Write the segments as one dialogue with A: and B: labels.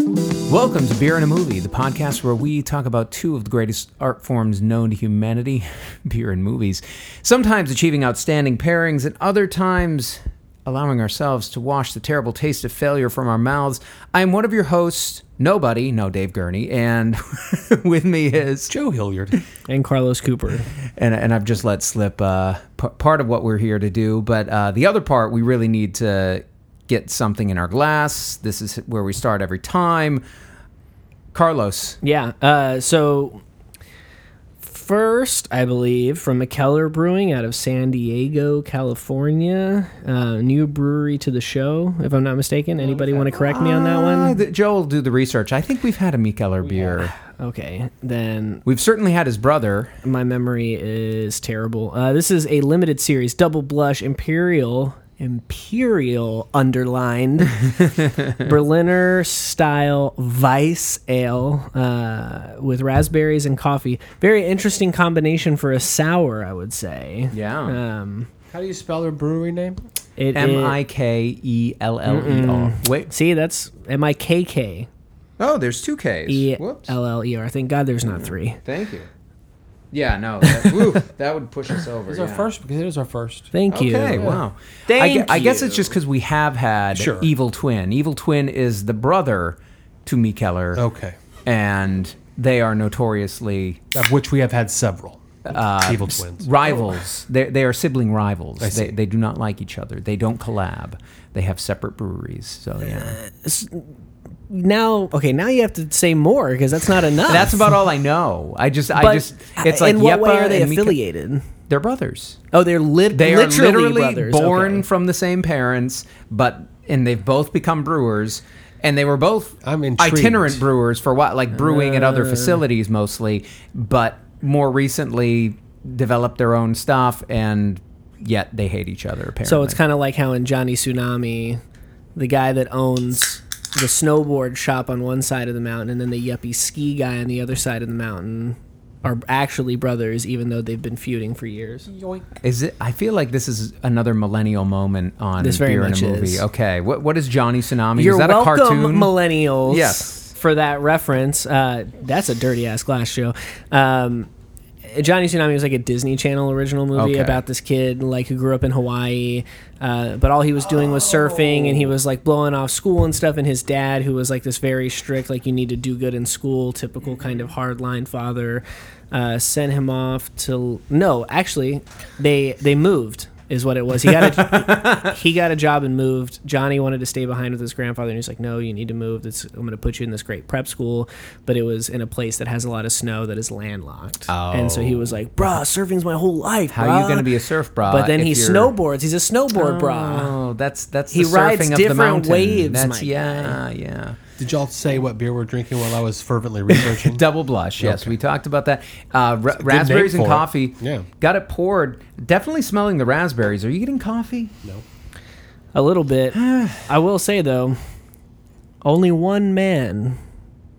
A: Welcome to Beer and a Movie, the podcast where we talk about two of the greatest art forms known to humanity beer and movies, sometimes achieving outstanding pairings, and other times allowing ourselves to wash the terrible taste of failure from our mouths. I'm one of your hosts, Nobody, no, Dave Gurney, and with me is
B: Joe Hilliard.
C: and Carlos Cooper.
A: and, and I've just let slip uh, p- part of what we're here to do. But uh, the other part, we really need to get something in our glass. This is where we start every time. Carlos,
C: Yeah. Uh, so first, I believe from McKellar Brewing out of San Diego, California, uh, new brewery to the show, if I'm not mistaken. Anybody want to correct me on that
A: Uh,
C: one?
A: th- Joe will do the research. I think we've had a Mikeller beer.
C: Okay, then
A: We've certainly had his brother.
C: my memory is terrible. Uh, this is a limited series, double blush imperial. Imperial underlined Berliner style Weiss ale uh, with raspberries and coffee. Very interesting combination for a sour, I would say.
A: Yeah.
C: Um,
B: How do you spell her brewery name?
C: it
A: M
C: it-
A: I K E L L E R. Wait.
C: see that's M I K K
A: Oh, there's two K's.
C: E
A: Whoops.
C: L L E R. Thank God there's not three.
A: Thank you. Yeah, no. That, woo, that would push us over.
B: It's our first because it is our first.
C: Thank you.
A: Okay, wow. I, gue-
C: Thank
A: I guess it's
C: you.
A: just because we have had
B: Sure.
A: Evil Twin. Evil Twin is the brother to Me Keller,
B: Okay,
A: and they are notoriously
B: of which we have had several. Evil twins.
A: rivals.
C: Oh.
A: They, they are sibling rivals.
B: see.
A: They, they do not like each other. They don't collab. They have separate breweries. So yeah,
C: Now, okay, now you have to say more because that's not enough.
A: that's about all I know. I just, I
C: But
A: just, it's like
C: in what way
A: Yepa
C: are they
A: and Me Ke-
C: affiliated?
A: They're brothers.
C: Oh, they're lit.
A: They
C: literally
A: are literally
C: brothers.
A: born
C: Okay.
A: from the same parents, but and they've both become brewers, and they were both
B: I'm intrigued.
A: itinerant brewers for what, like brewing at
C: Uh.
A: other facilities mostly, but more recently developed their own stuff, and yet they hate each other apparently.
C: So it's kind of like how in Johnny Tsunami, the guy that owns the snowboard shop on one side of the mountain and then the yuppie ski guy on the other side of the mountain are actually brothers, even though they've been feuding for years.
A: of is it? I feel like this is another millennial moment on
C: This very
A: beer in a
C: much
A: movie.
C: is.
A: Okay, what what is Johnny Tsunami?
C: You're
A: is that
C: welcome,
A: a cartoon?
C: millennials.
A: Yes.
C: for that reference. Uh, that's a dirty ass glass show. Um, Johnny Tsunami was like a Disney Channel original movie
A: Okay.
C: about this kid like who grew up in Hawaii, uh, but all he was doing was surfing and he was like blowing off school and stuff. And his dad, who was like this very strict, like you need to do good in school, typical kind of hardline father, uh, sent him off to no. Actually, they they moved is what it was. He got a, he got a job and moved. Johnny wanted to stay behind with his grandfather, and he's like, "No, you need to move. That's, I'm going to put you in this great prep school, but it was in a place that has a lot of snow that is landlocked." And so he was like, "Bruh, surfing's my whole life.
A: Oh. How are you going to be a surf bra?
C: But then
A: if
C: he
A: you're-
C: snowboards. He's a snowboard bra.
A: Oh, that's that's
C: He
A: the surfing
C: rides
A: of the
C: different
A: mountain.
C: waves,
A: That's
C: my
A: yeah, yeah.
B: Did y'all say what beer we're drinking while I was fervently researching?
A: Double blush. Yes, we talked about that. Uh, ra-
B: name
A: raspberries and
B: for it.
A: coffee.
B: Yeah.
A: got it poured. Definitely smelling the raspberries. Are you getting coffee?
B: no.
C: A little bit. I will say though, only one man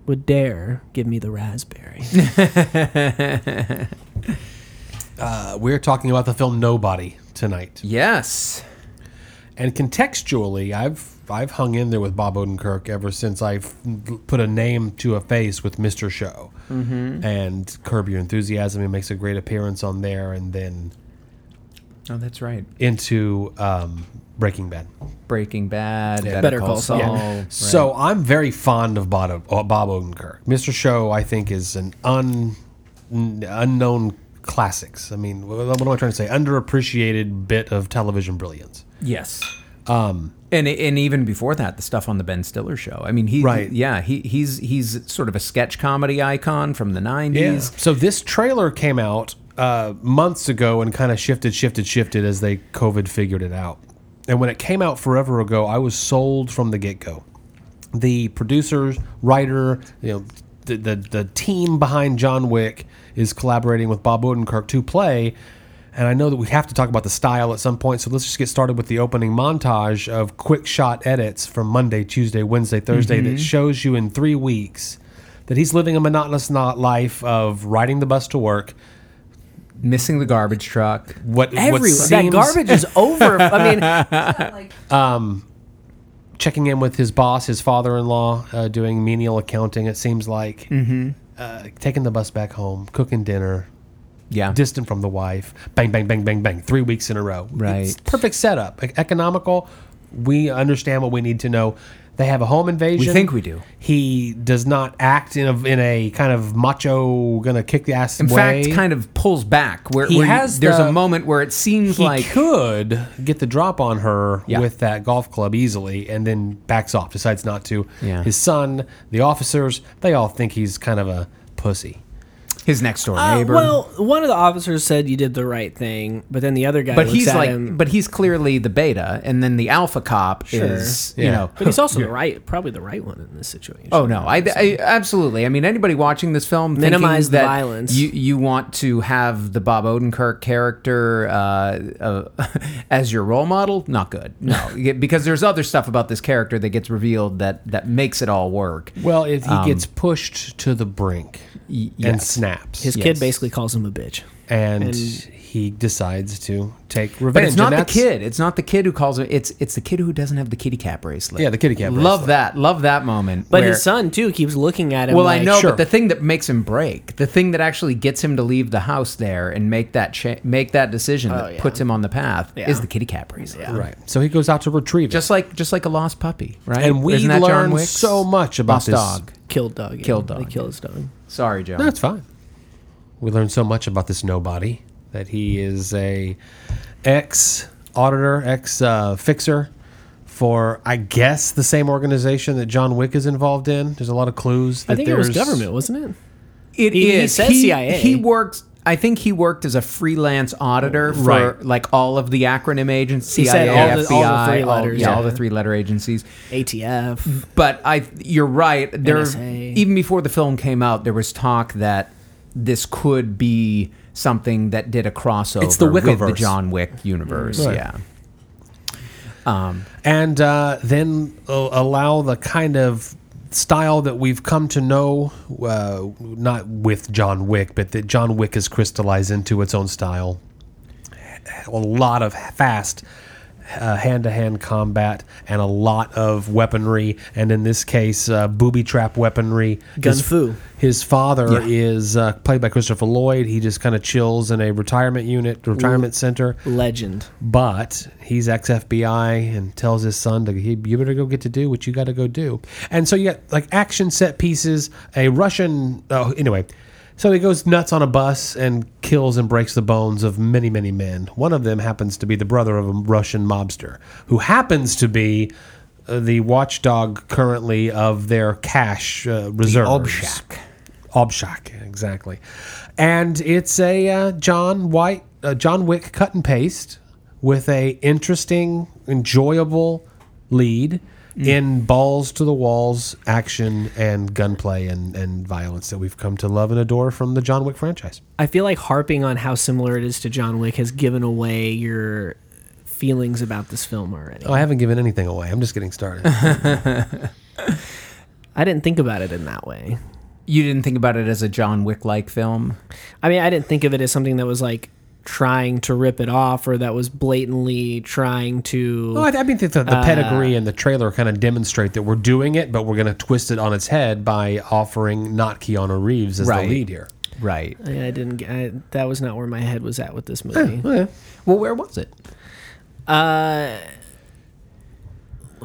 C: would dare give me the raspberry.
B: Uh, we're talking about the film Nobody tonight,
A: Yes.
B: and contextually, I've I've hung in there with Bob Odenkirk ever since I f- put a name to a face with Mister Show, mm-hmm. and Curb Your Enthusiasm. He makes a great appearance on there, and then
A: Oh, that's right.
B: into um, Breaking Bad.
A: Breaking Bad.
B: Yeah.
C: Better Call Saul.
A: Yeah. Right.
B: So I'm very fond of Bob, uh, Bob Odenkirk. Mr. Show, I think, is an un, n- unknown classics. I mean, wh- what am I trying to say? Underappreciated bit of television brilliance.
A: yes. and and even before that, the stuff on the Ben Stiller show. I mean, he
B: Right.
A: Yeah, he he's he's sort of a sketch comedy icon from the
B: Yeah.
A: nineties.
B: So this trailer came out uh, months ago and kind of shifted, shifted, shifted as they COVID figured it out. And when it came out forever ago, I was sold from the get go. The producer, writer, you know, the, the the team behind John Wick is collaborating with Bob Odenkirk to play. And I know that we have to talk about the style at some point, so let's just get started with the opening montage of quick shot edits from Monday, Tuesday, Wednesday, Thursday that shows you in three weeks that he's living a monotonous not life of riding the bus to work.
A: Missing the garbage truck.
B: What, what
C: Everywhere. That
B: seems-
C: garbage is over. I mean,
B: checking in with his boss, his father-in-law, uh, doing menial accounting. It seems like
A: Mm-hmm.
B: uh, taking the bus back home, cooking dinner,
A: Yeah.
B: distant from the wife. Bang, bang, bang, bang, bang. Three weeks in a row.
A: Right.
B: It's perfect setup. E- Economical. We understand what we need to know. They have a home invasion.
A: We think we do.
B: He does not act in a in a kind of macho, gonna kick the ass
A: In
B: way.
A: fact, kind of pulls back where,
B: He
A: where you-
B: has
A: there's
B: the-
A: a moment where it seems
B: he
A: like
B: could get the drop on her
A: Yeah.
B: with that golf club easily, and then backs off. Decides not to.
A: Yeah.
B: His son, the officers, they all think he's kind of a pussy.
A: his next door
C: Uh,
A: neighbor.
C: well, one of the officers said you did the right thing, but then the other guy
A: but
C: looks
A: he's
C: at
A: like,
C: him.
A: but he's clearly the beta, and then the alpha cop is, you
B: Yeah.
A: know.
C: But he's also the right, probably the right one in this situation.
A: Oh no! I, I- absolutely. I mean, anybody watching this film, thinking
C: Minimize the
A: that
C: violence.
A: You you want to have the Bob Odenkirk character uh, uh, as your role model? Not good. No, because there's other stuff about this character that gets revealed that that makes it all work.
B: Well, if he gets pushed to the brink
A: Y-
B: and
A: yes.
B: snaps,
C: his
A: yes.
C: kid basically calls him a bitch.
B: and,
C: And-
B: he decides to take revenge.
A: But it's
B: and
A: not the
B: that's-
A: kid. It's not the kid who calls it. It's it's the kid who doesn't have the kitty cat bracelet.
B: Yeah, the kitty cat
A: Love
B: bracelet.
A: that. Love that moment.
C: But
A: where-
C: his son too keeps looking at him.
A: Well, I
C: like,
A: know,
B: sure.
A: but the thing that makes him break, the thing that actually gets him to leave the house there and make that cha- make that decision that
C: Oh, yeah.
A: puts him on the path
C: Yeah.
A: is the kitty cat bracelet.
B: Right. So he goes out to retrieve
A: Just like just like a lost puppy, right?
B: it. And we
A: Isn't that John
B: learn
A: Wick's
B: so much about
A: lost
B: this.
A: dog.
C: killed dog. yeah.
A: Killed
C: They
A: dog.
C: killed his dog.
A: Sorry, Joe.
B: No, it's fine. We learn so much about this nobody that he is a ex auditor, ex uh, fixer for, I guess, the same organization that John Wick is involved in. There's a lot of clues. That
C: I think it was
B: there's-
C: government, wasn't it?
A: It
C: He- he
A: is.
C: says CIA.
A: He worked. I think he worked as a freelance auditor for
B: Right.
A: like all of the acronym agencies.
C: He said
A: CIA,
C: all the- all the
A: FBI,
C: three
A: all-
C: letters,
A: yeah, all
C: yeah.
A: the three letter agencies.
C: ATF.
A: But I, you're right. There,
C: NSA.
A: even before the film came out, there was talk that this could be something that did a crossover.
B: It's the
A: with the
B: Wickiverse.
A: John Wick universe.
B: Right.
A: Yeah,
B: and uh, then uh, allow the kind of style that we've come to know, uh, not with John Wick, but that John Wick has crystallized into its own style. A lot of fast hand to hand combat and a lot of weaponry, and in this case, uh, booby trap weaponry.
C: Gun
B: His-
C: fu.
B: His father is uh, played by Christopher Lloyd. He just kind of chills in a retirement unit, retirement center
C: Legend.
B: but he's ex FBI and tells his son to he, you better go get to do what you got to go do. And so you got like action set pieces, a Russian. Oh, anyway, so he goes nuts on a bus and kills and breaks the bones of many many men. One of them happens to be the brother of a Russian mobster who happens to be. uh, The watchdog currently of their cash uh, reserves.
A: Obshak.
B: Obshak, exactly. And it's a uh, John White, uh, John Wick cut and paste with a interesting, enjoyable lead in balls to the walls action and gunplay and, and violence that we've come to love and adore from the John Wick franchise.
C: I feel like harping on how similar it is to John Wick has given away your feelings about this film already.
B: Oh, I haven't given anything away. I'm just getting started.
C: I didn't think about it in that way.
A: you didn't think about it as a John Wick like film.
C: I mean, I didn't think of it as something that was like trying to rip it off or that was blatantly trying to.
A: Oh,
B: well, I, I mean, the, the pedigree and the trailer kind of demonstrate that we're doing it, but we're going to twist it on its head by offering not Keanu Reeves as
A: Right.
B: the lead here.
A: Right.
C: I, I didn't. get- I, that was not where my head was at with this movie.
A: Well, where was it?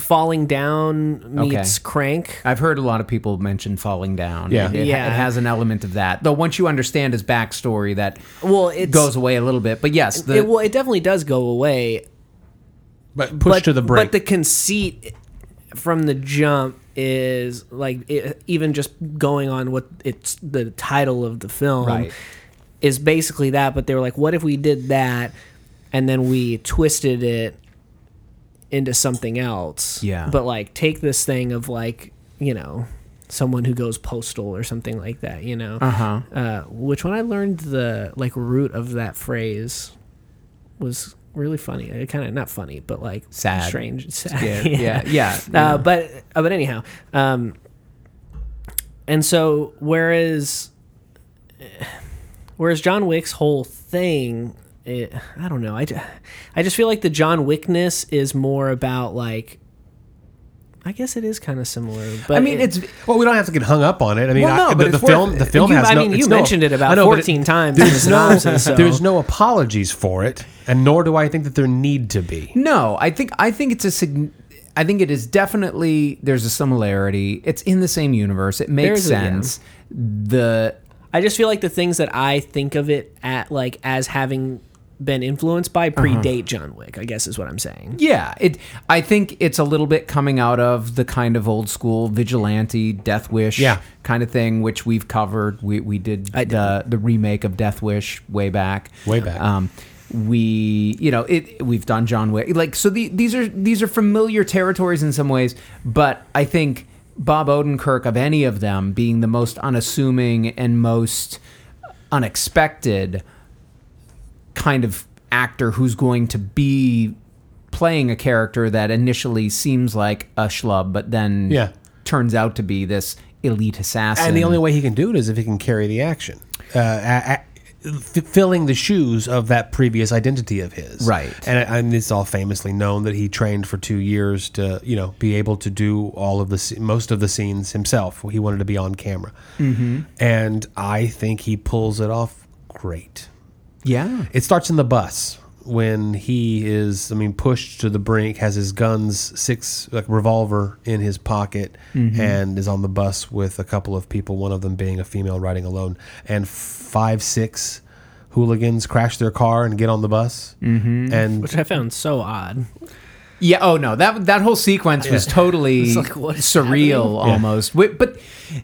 C: Falling down meets
A: Okay.
C: Crank.
A: I've heard a lot of people mention falling down.
B: Yeah.
A: It, it-
C: Yeah.
A: it has an element of that. Though once you understand his backstory, that
C: Well, it's,
A: goes away a little bit. But yes, the,
C: it, well, it definitely does go away.
B: But push
C: but,
B: to the brink.
C: But the conceit from the jump is like it, even just going on what it's the title of the film
A: Right.
C: is basically that. But they were like, what if we did that and then we twisted it into something else?
A: Yeah.
C: But like, take this thing of like you know someone who goes postal or something like that. You know.
A: uh-huh.
C: Uh, which when I learned the like root of that phrase was really funny. It kind of not funny, but like
A: Sad.
C: strange, sad.
A: Yeah, yeah, yeah.
C: Uh, but uh, but anyhow, um, and so whereas uh, whereas John Wick's whole thing, it, I don't know. I, ju- I just feel like the John Wickness is more about like I guess it is kind of similar. But
A: I mean,
C: it-
A: it's
B: Well, we don't have to get hung up on it. I mean,
A: Well, no,
B: I,
A: but
B: the, the
A: it's
B: film,
A: worth
B: the
A: it.
B: film
C: You-
B: has
C: I
B: no.
C: mean, you
B: it's no-
C: mentioned it about
B: I know, but
C: 14 times in the
B: There's no,
C: synopsis, so-
B: there's no apologies for it, and nor do I think that there need to be.
A: No, I think I think it's a sig- I think it is definitely there's a similarity. It's in the same universe. It makes
C: There's a- yeah.
A: sense. The
C: I just feel like the things that I think of it at like as having been influenced by
A: Uh-huh.
C: predate John Wick. I guess is what I'm saying.
A: yeah, it I think it's a little bit coming out of the kind of old school vigilante death wish
B: Yeah.
A: kind of thing which we've covered. We we did
C: I-
A: the the remake of Death Wish way back.
B: Way back.
A: Um we you know it we've done John Wick like so the, these are these are familiar territories in some ways but I think Bob Odenkirk of any of them being the most unassuming and most unexpected kind of actor who's going to be playing a character that initially seems like a schlub, but then
B: Yeah.
A: turns out to be this elite assassin.
B: And the only way he can do it is if he can carry the action, uh, a- a- f- filling the shoes of that previous identity of his.
A: Right.
B: And, and it's all famously known that he trained for two years to, you know, be able to do all of the sce- most of the scenes himself. He wanted to be on camera, mm-hmm. and I think he pulls it off great.
A: yeah,
B: It starts in the bus when he is, I mean, pushed to the brink, has his guns, six like revolver in his pocket, and is on the bus with a couple of people. One of them being a female riding alone, and five six hooligans crash their car and get on the bus. Mm-hmm. And
C: Which I found so odd.
A: yeah. Oh no, that that whole sequence was totally
C: It's like, what is
A: surreal almost. Wi- But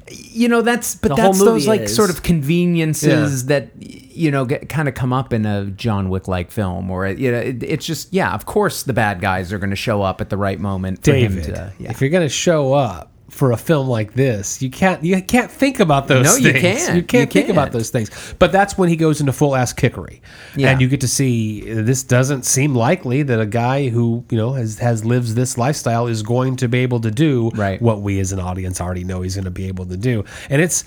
A: you know, that's but
C: The whole
A: that's those
C: movie
A: like
C: is.
A: sort of conveniences that you know get kind of come up in a John Wick like film, or you know, it, it's just yeah. Of course, the bad guys are going to show up at the right moment for
B: David,
A: him to. Yeah.
B: if you're gonna show up for a film like this, you can't you can't think about those.
A: No,
B: things.
A: you can't.
B: You can't
A: You
B: think about
A: can't.
B: those things. But that's when he goes into full ass kickery,
A: Yeah.
B: and you get to see uh, this doesn't seem likely that a guy who you know has has lives this lifestyle is going to be able to do
A: Right.
B: what we as an audience already know he's going to be able to do, and it's.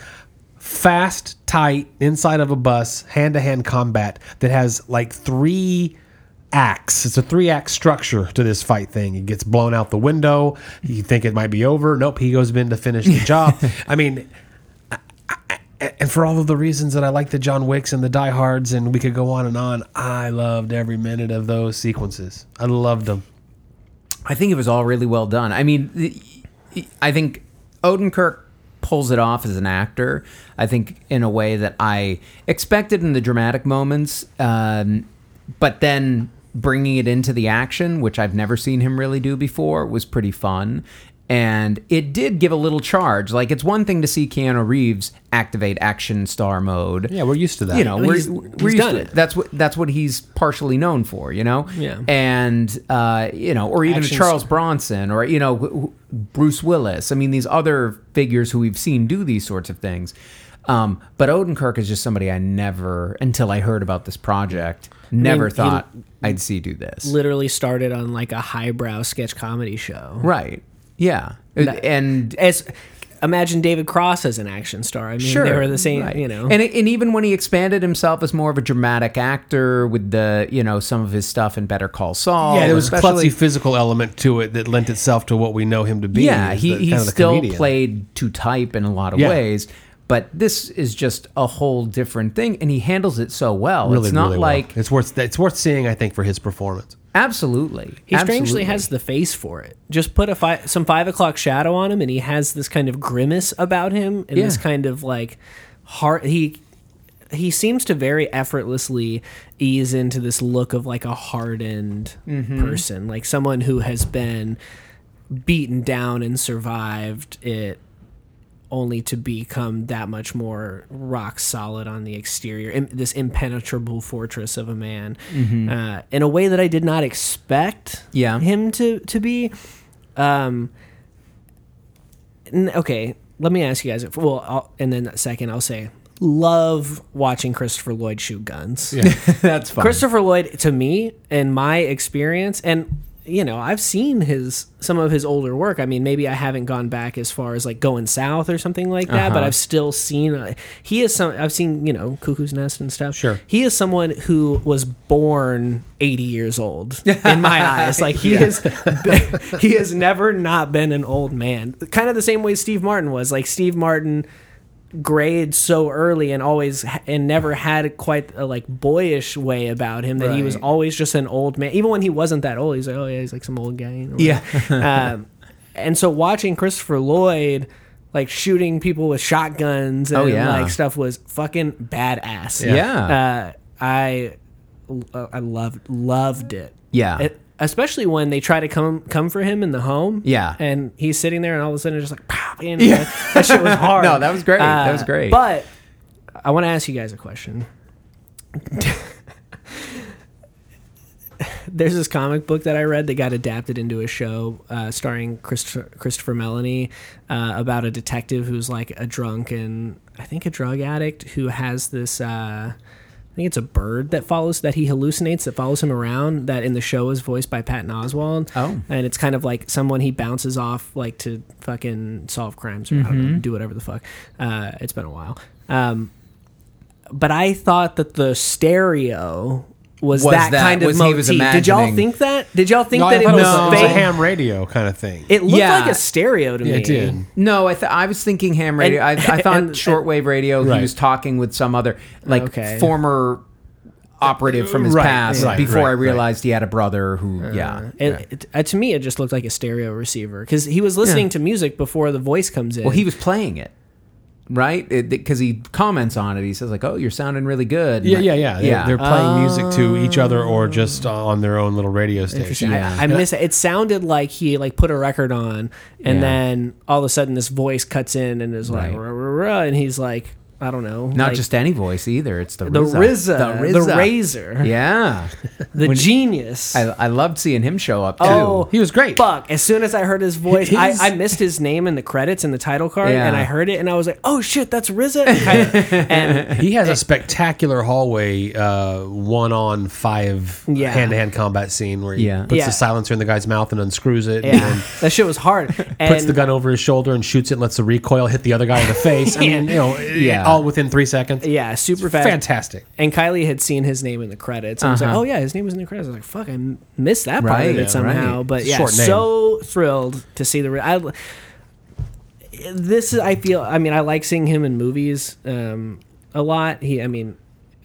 B: Fast, tight, inside of a bus, hand to hand combat that has like three acts. It's a three act structure to this fight thing. It gets blown out the window. You think it might be over. Nope, he goes in to finish the job. I mean, I- I- and for all of the reasons that I like the John Wicks and the Die Hards, and we could go on and on, I loved every minute of those sequences. I loved them.
A: I think it was all really well done. I mean, the- I think Odenkirk pulls it off as an actor. I think in a way that I expected in the dramatic moments, um, but then bringing it into the action, which I've never seen him really do before, was pretty fun. And it did give a little charge. Like it's one thing to see Keanu Reeves activate action star mode.
B: Yeah, we're used to that.
A: You know,
C: mean,
A: we're,
C: he's-
A: we're
C: he's
A: used
C: done
A: to
C: it.
A: it. That's what that's what he's partially known for. You know.
C: Yeah.
A: And uh, you know, or even
C: Action
A: Charles
C: star.
A: Bronson or you know wh- wh- Bruce Willis. I mean, these other figures who we've seen do these sorts of things. Um, but Odenkirk is just somebody I never, until I heard about this project, never
C: he-
A: thought I'd see do this.
C: Literally started on like a highbrow sketch comedy show.
A: right? Yeah. and
C: As imagine David Cross as an action star. I mean,
A: Sure,
C: they were the same.
A: right.
C: You know,
A: and and even when he expanded himself as more of a dramatic actor with the you know some of his stuff in Better Call Saul,
B: yeah, there was a
A: especially-
B: klutzy physical element to it that lent itself to what we know him to be.
A: Yeah,
B: as
A: he,
B: the-
A: he
B: kind of the
A: still
B: comedian.
A: played to type in a lot of
B: Yeah.
A: ways, but this is just a whole different thing, and he handles it so well.
B: Really,
A: it's not
B: really well.
A: like
B: it's worth it's worth seeing. I think for his performance.
A: absolutely.
C: he strangely
A: absolutely.
C: has the face for it. Just put a fi- some five o'clock shadow on him, and he has this kind of grimace about him, and this
A: Yeah.
C: kind of like heart. He he seems to very effortlessly ease into this look of like a hardened
A: Mm-hmm.
C: person, like someone who has been beaten down and survived it only to become that much more rock solid on the exterior Im- this impenetrable fortress of a man uh, in a way that i did not expect
A: Yeah.
C: him to to be um n- okay let me ask you guys well I'll, and then second i'll say love watching christopher lloyd shoot guns
A: that's fun.
C: Christopher Lloyd, to me, in my experience, and you know, I've seen his some of his older work. I mean, maybe I haven't gone back as far as like going south or something like that, but
A: Uh-huh.
C: I've still seen uh, he is some I've seen, you know, Cuckoo's Nest and stuff.
B: Sure.
C: He is someone who was born 80 years old in my eyes. Like he is he has never not been an old man. Kind of the same way Steve Martin was. Like Steve Martin grade so early and always and never had quite a like boyish way about him that he was
A: Right.
C: always just an old man even when he wasn't that old he's like oh yeah he's like some old guy you know, um, and so watching Christopher Lloyd like shooting people with shotguns and
A: Oh, yeah.
C: like stuff was fucking badass
A: Yeah.
C: uh, I uh, I loved loved it
A: Yeah.
C: It- especially when they try to come come for him in the home
A: Yeah.
C: and he's sitting there and all of a sudden it's just like pop in yeah. that shit was hard Uh,
A: No, that was great. That was great.
C: but I want to ask you guys a question. There's this comic book that I read that got adapted into a show uh, starring Christopher, Christopher Melanie uh, about a detective who's like a drunk and I think a drug addict who has this. Uh, I think it's a bird that follows that he hallucinates that follows him around. That in the show is voiced by Patton Oswald.
A: Oh.
C: and it's kind of like someone he bounces off like to fucking solve crimes or I don't know, do whatever the fuck. Uh, it's been a while. Um, but I thought that the stereo was,
A: Was
C: that,
A: that-
C: kind of
A: was- he
C: motif.
A: was
C: Did y'all
A: imagining-
C: think that? Did y'all think
B: No, I
C: that it
B: thought
C: was,
B: it was, it was a
C: fake?
B: ham radio kind of thing.
C: It looked
A: Yeah.
C: like a stereo to me.
B: it did.
A: No, I, th- I was thinking ham radio.
C: And-
A: I, I thought
C: and-
A: shortwave radio. He
B: Right.
A: was talking with some other like
C: Okay.
A: former operative from his
B: Right,
A: past
B: right,
A: before
B: right,
A: I
B: right.
A: realized he had a brother
C: Uh,
A: who yeah.
C: It, it- uh, to me, it just looked like a stereo receiver because he was listening to music before the voice comes in.
A: Well, he was playing it, right? Because he comments on it. He says like, "Oh, you're sounding really good."
B: Yeah, yeah, yeah. They're,
A: yeah. Oh.
B: they're playing music to each other or just on their own little radio station.
A: Yeah.
C: I, I miss it. It sounded like he like put a record on, and
A: Yeah.
C: then all of a sudden this voice cuts in and is like,
A: Right.
C: "Ruh, ruh, ruh," and he's like, I don't know,
A: Not
C: like,
A: just any voice either. It's the
C: the
A: RZA.
C: RZA, the, razor,
A: Yeah,
C: the genius.
A: I, I loved seeing him show up too.
C: Oh,
B: He was great.
C: Fuck! As soon as I heard his voice,
B: His-
C: I, I missed his name in the credits in the title card,
A: Yeah.
C: and I heard it, and I was like, "Oh shit, that's RZA!" And, kind of- and
B: He has a spectacular hallway, uh, one on five
C: Yeah.
B: hand to hand combat scene where he
A: Yeah.
B: puts
C: Yeah.
B: the silencer in the guy's mouth and unscrews it and
C: yeah,
B: then
C: that shit was hard. And
B: puts the gun over his shoulder and shoots it and lets the recoil hit the other guy in the face. I mean, you know,
A: Yeah.
B: all within three seconds.
C: yeah, super fast.
B: Fantastic.
C: And Kylie had seen his name in the credits. And I was like,
A: Uh-huh.
C: "Oh yeah, his name was in the credits." I was like, "Fuck, I m- missed that part
A: Right,
C: of
A: yeah,
C: it somehow."
A: right.
C: But
B: It's a
C: yeah,
B: short name.
C: so thrilled to see the. Re- I, this is, I feel. I mean, I like seeing him in movies um, a lot. He, I mean,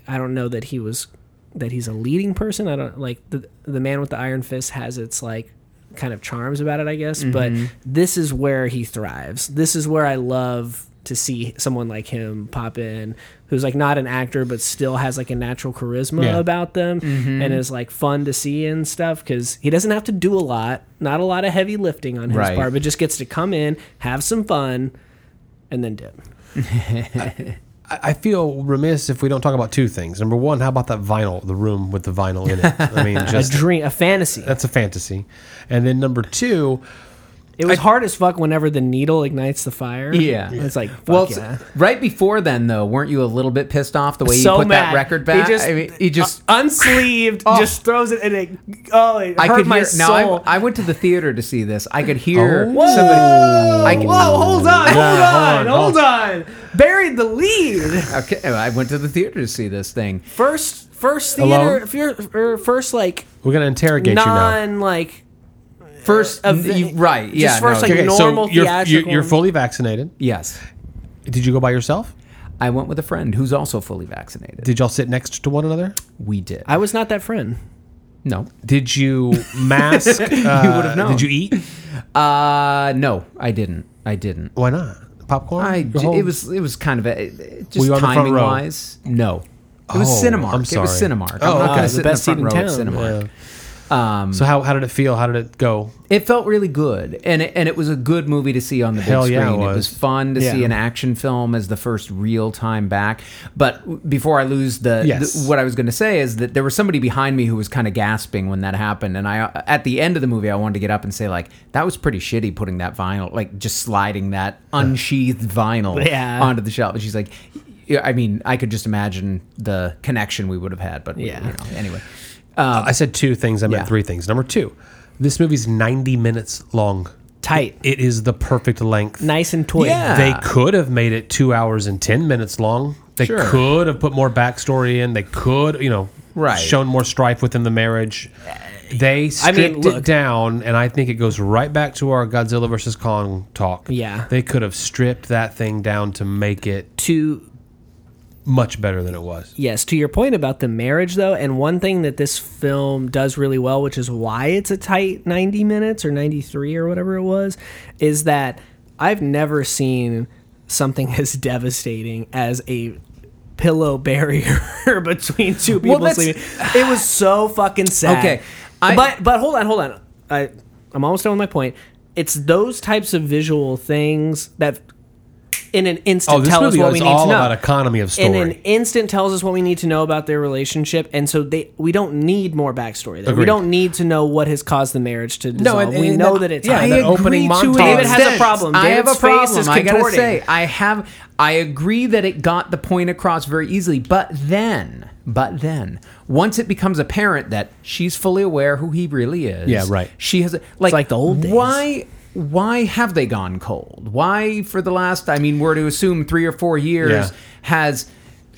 C: I don't know that he was that he's a leading person. I don't like the the man with the iron fist has its like kind of charms about it, I guess. But this is where he thrives. This is where I love to see someone like him pop in, who's like not an actor but still has like a natural charisma
B: Yeah.
C: about them, and is like fun to see and stuff because he doesn't have to do a lot, not a lot of heavy lifting on his
A: Right.
C: part, but just gets to come in, have some fun, and then dip.
B: I I feel remiss if we don't talk about two things. Number one, how about that vinyl, the room with the vinyl in it? I mean,
C: A
B: just
C: dream, a fantasy.
B: that's a fantasy. And then number two,
C: It was hard as fuck whenever the needle ignites the fire.
A: Yeah.
C: It's like, fuck
A: Well,
C: yeah.
A: s- right before then, though, weren't you a little bit pissed off the way
C: So
A: you put
C: mad.
A: that record
C: He
A: back?
C: just- uh,
A: I mean, he just
C: unsleeved, just throws it and it, oh, it hurt
A: I could
C: my
A: hear. Now
C: soul.
A: I, I went to the theater to see this. I could hear
B: Oh.
A: somebody. I
C: Whoa,
A: could-
C: hold on, Ah, hold
B: Yeah,
C: on,
B: hold on,
C: hold on. Buried the lead.
A: Okay, I went to the theater to see this thing.
C: First, first
B: Hello?
C: theater, fir- or first like
B: we're going to interrogate you now.
C: non like
A: First,
C: Of the-
A: you- right?
C: just
A: Yeah.
C: first, like-
B: Okay,
C: normal
B: so you're, you're,
C: theatrical.
B: you're fully vaccinated.
A: yes.
B: Did you go by yourself?
A: I went with a friend who's also fully vaccinated.
B: Did y'all sit next to one another?
A: we did.
C: I was not that friend.
A: no.
B: Did you mask? you would
A: would've known.
B: Did you eat?
A: Uh no, I didn't. I didn't.
B: Why not? Popcorn?
A: I
B: Your
A: j-
B: whole-
A: it was it was kind of a, it- it- just
B: you on the front
A: timing
B: row?
A: wise. No. It was
B: Oh,
A: Cinemark.
B: I'm
A: It was
B: sorry.
A: Cinemark. I'm
B: Oh,
A: not
B: okay.
A: gonna
B: The
A: sit
C: best seat
A: in the
C: in
A: front row
C: town.
A: at Cinemark.
B: Yeah. so how how did it feel? How did it go?
A: It felt really good, and it, and it was a good movie to see on the big
B: Hell
A: screen.
B: yeah, it
A: it, was.
B: was.
A: fun to
C: Yeah.
A: see an action film as the first real time back. But w- before I lose the,
B: Yes.
A: the- what I was going to say is that there was somebody behind me who was kind of gasping when that happened, and I at the end of the movie I wanted to get up and say like that was pretty shitty putting that vinyl like just sliding that unsheathed vinyl
C: Yeah.
A: onto the shelf. And she's like, "Yeah, I mean, I could just imagine the connection we would have had, but we-
C: Yeah.
A: you know, anyway.
B: I said two things. I meant
A: yeah.
B: three things. Number two, This movie's 90 minutes long.
C: Tight.
B: It is the perfect length.
C: Nice and toy.
A: Yeah.
B: They could have made it two hours and 10 minutes long. They
A: Sure.
B: could have put more backstory in. They could, you know,
A: Right.
B: shown more strife within the marriage. They
C: I
B: stripped
C: mean,
B: it
C: look-
B: down, and I think it goes right back to our Godzilla versus Kong talk.
C: Yeah.
B: They could have stripped that thing down to make it
C: To
B: much better than it was.
C: yes, to your point about the marriage though, and one thing that this film does really well, which is why it's a tight 90 minutes or 93 or whatever it was, is that I've never seen something as devastating as a pillow barrier between two people
A: that's-
C: sleeping. It was so fucking sad.
A: Okay, I-
C: but but hold on, hold on. I I'm almost done with my point. It's those types of visual things that in an instant
B: Oh, this
C: tell us
B: movie
C: what we
B: was
C: need
B: all
C: to know.
B: about economy of
C: in
B: story.
C: an instant tells us what we need to know about their relationship, and so they we don't need more backstory. There. We
B: Agreed.
C: don't need to know what has caused the marriage to dissolve.
B: and-
C: we
B: and
C: know
B: the-
C: that it's
B: yeah,
A: I
B: that
A: agree
B: opening
A: to an
B: montage.
C: David has a
A: extent.
C: problem.
A: I have
C: David's
A: a
C: face
A: problem.
C: is
A: I gotta
C: contorting.
A: say, I have. I agree that it got the point across very easily, but then, but then, once it becomes apparent that she's fully aware who he really is.
B: Yeah, right.
A: She has a- like,
C: like the old days.
A: Why? Why have they gone cold? Why, for the last, I mean, we're to assume three or four years,
B: Yeah.
A: has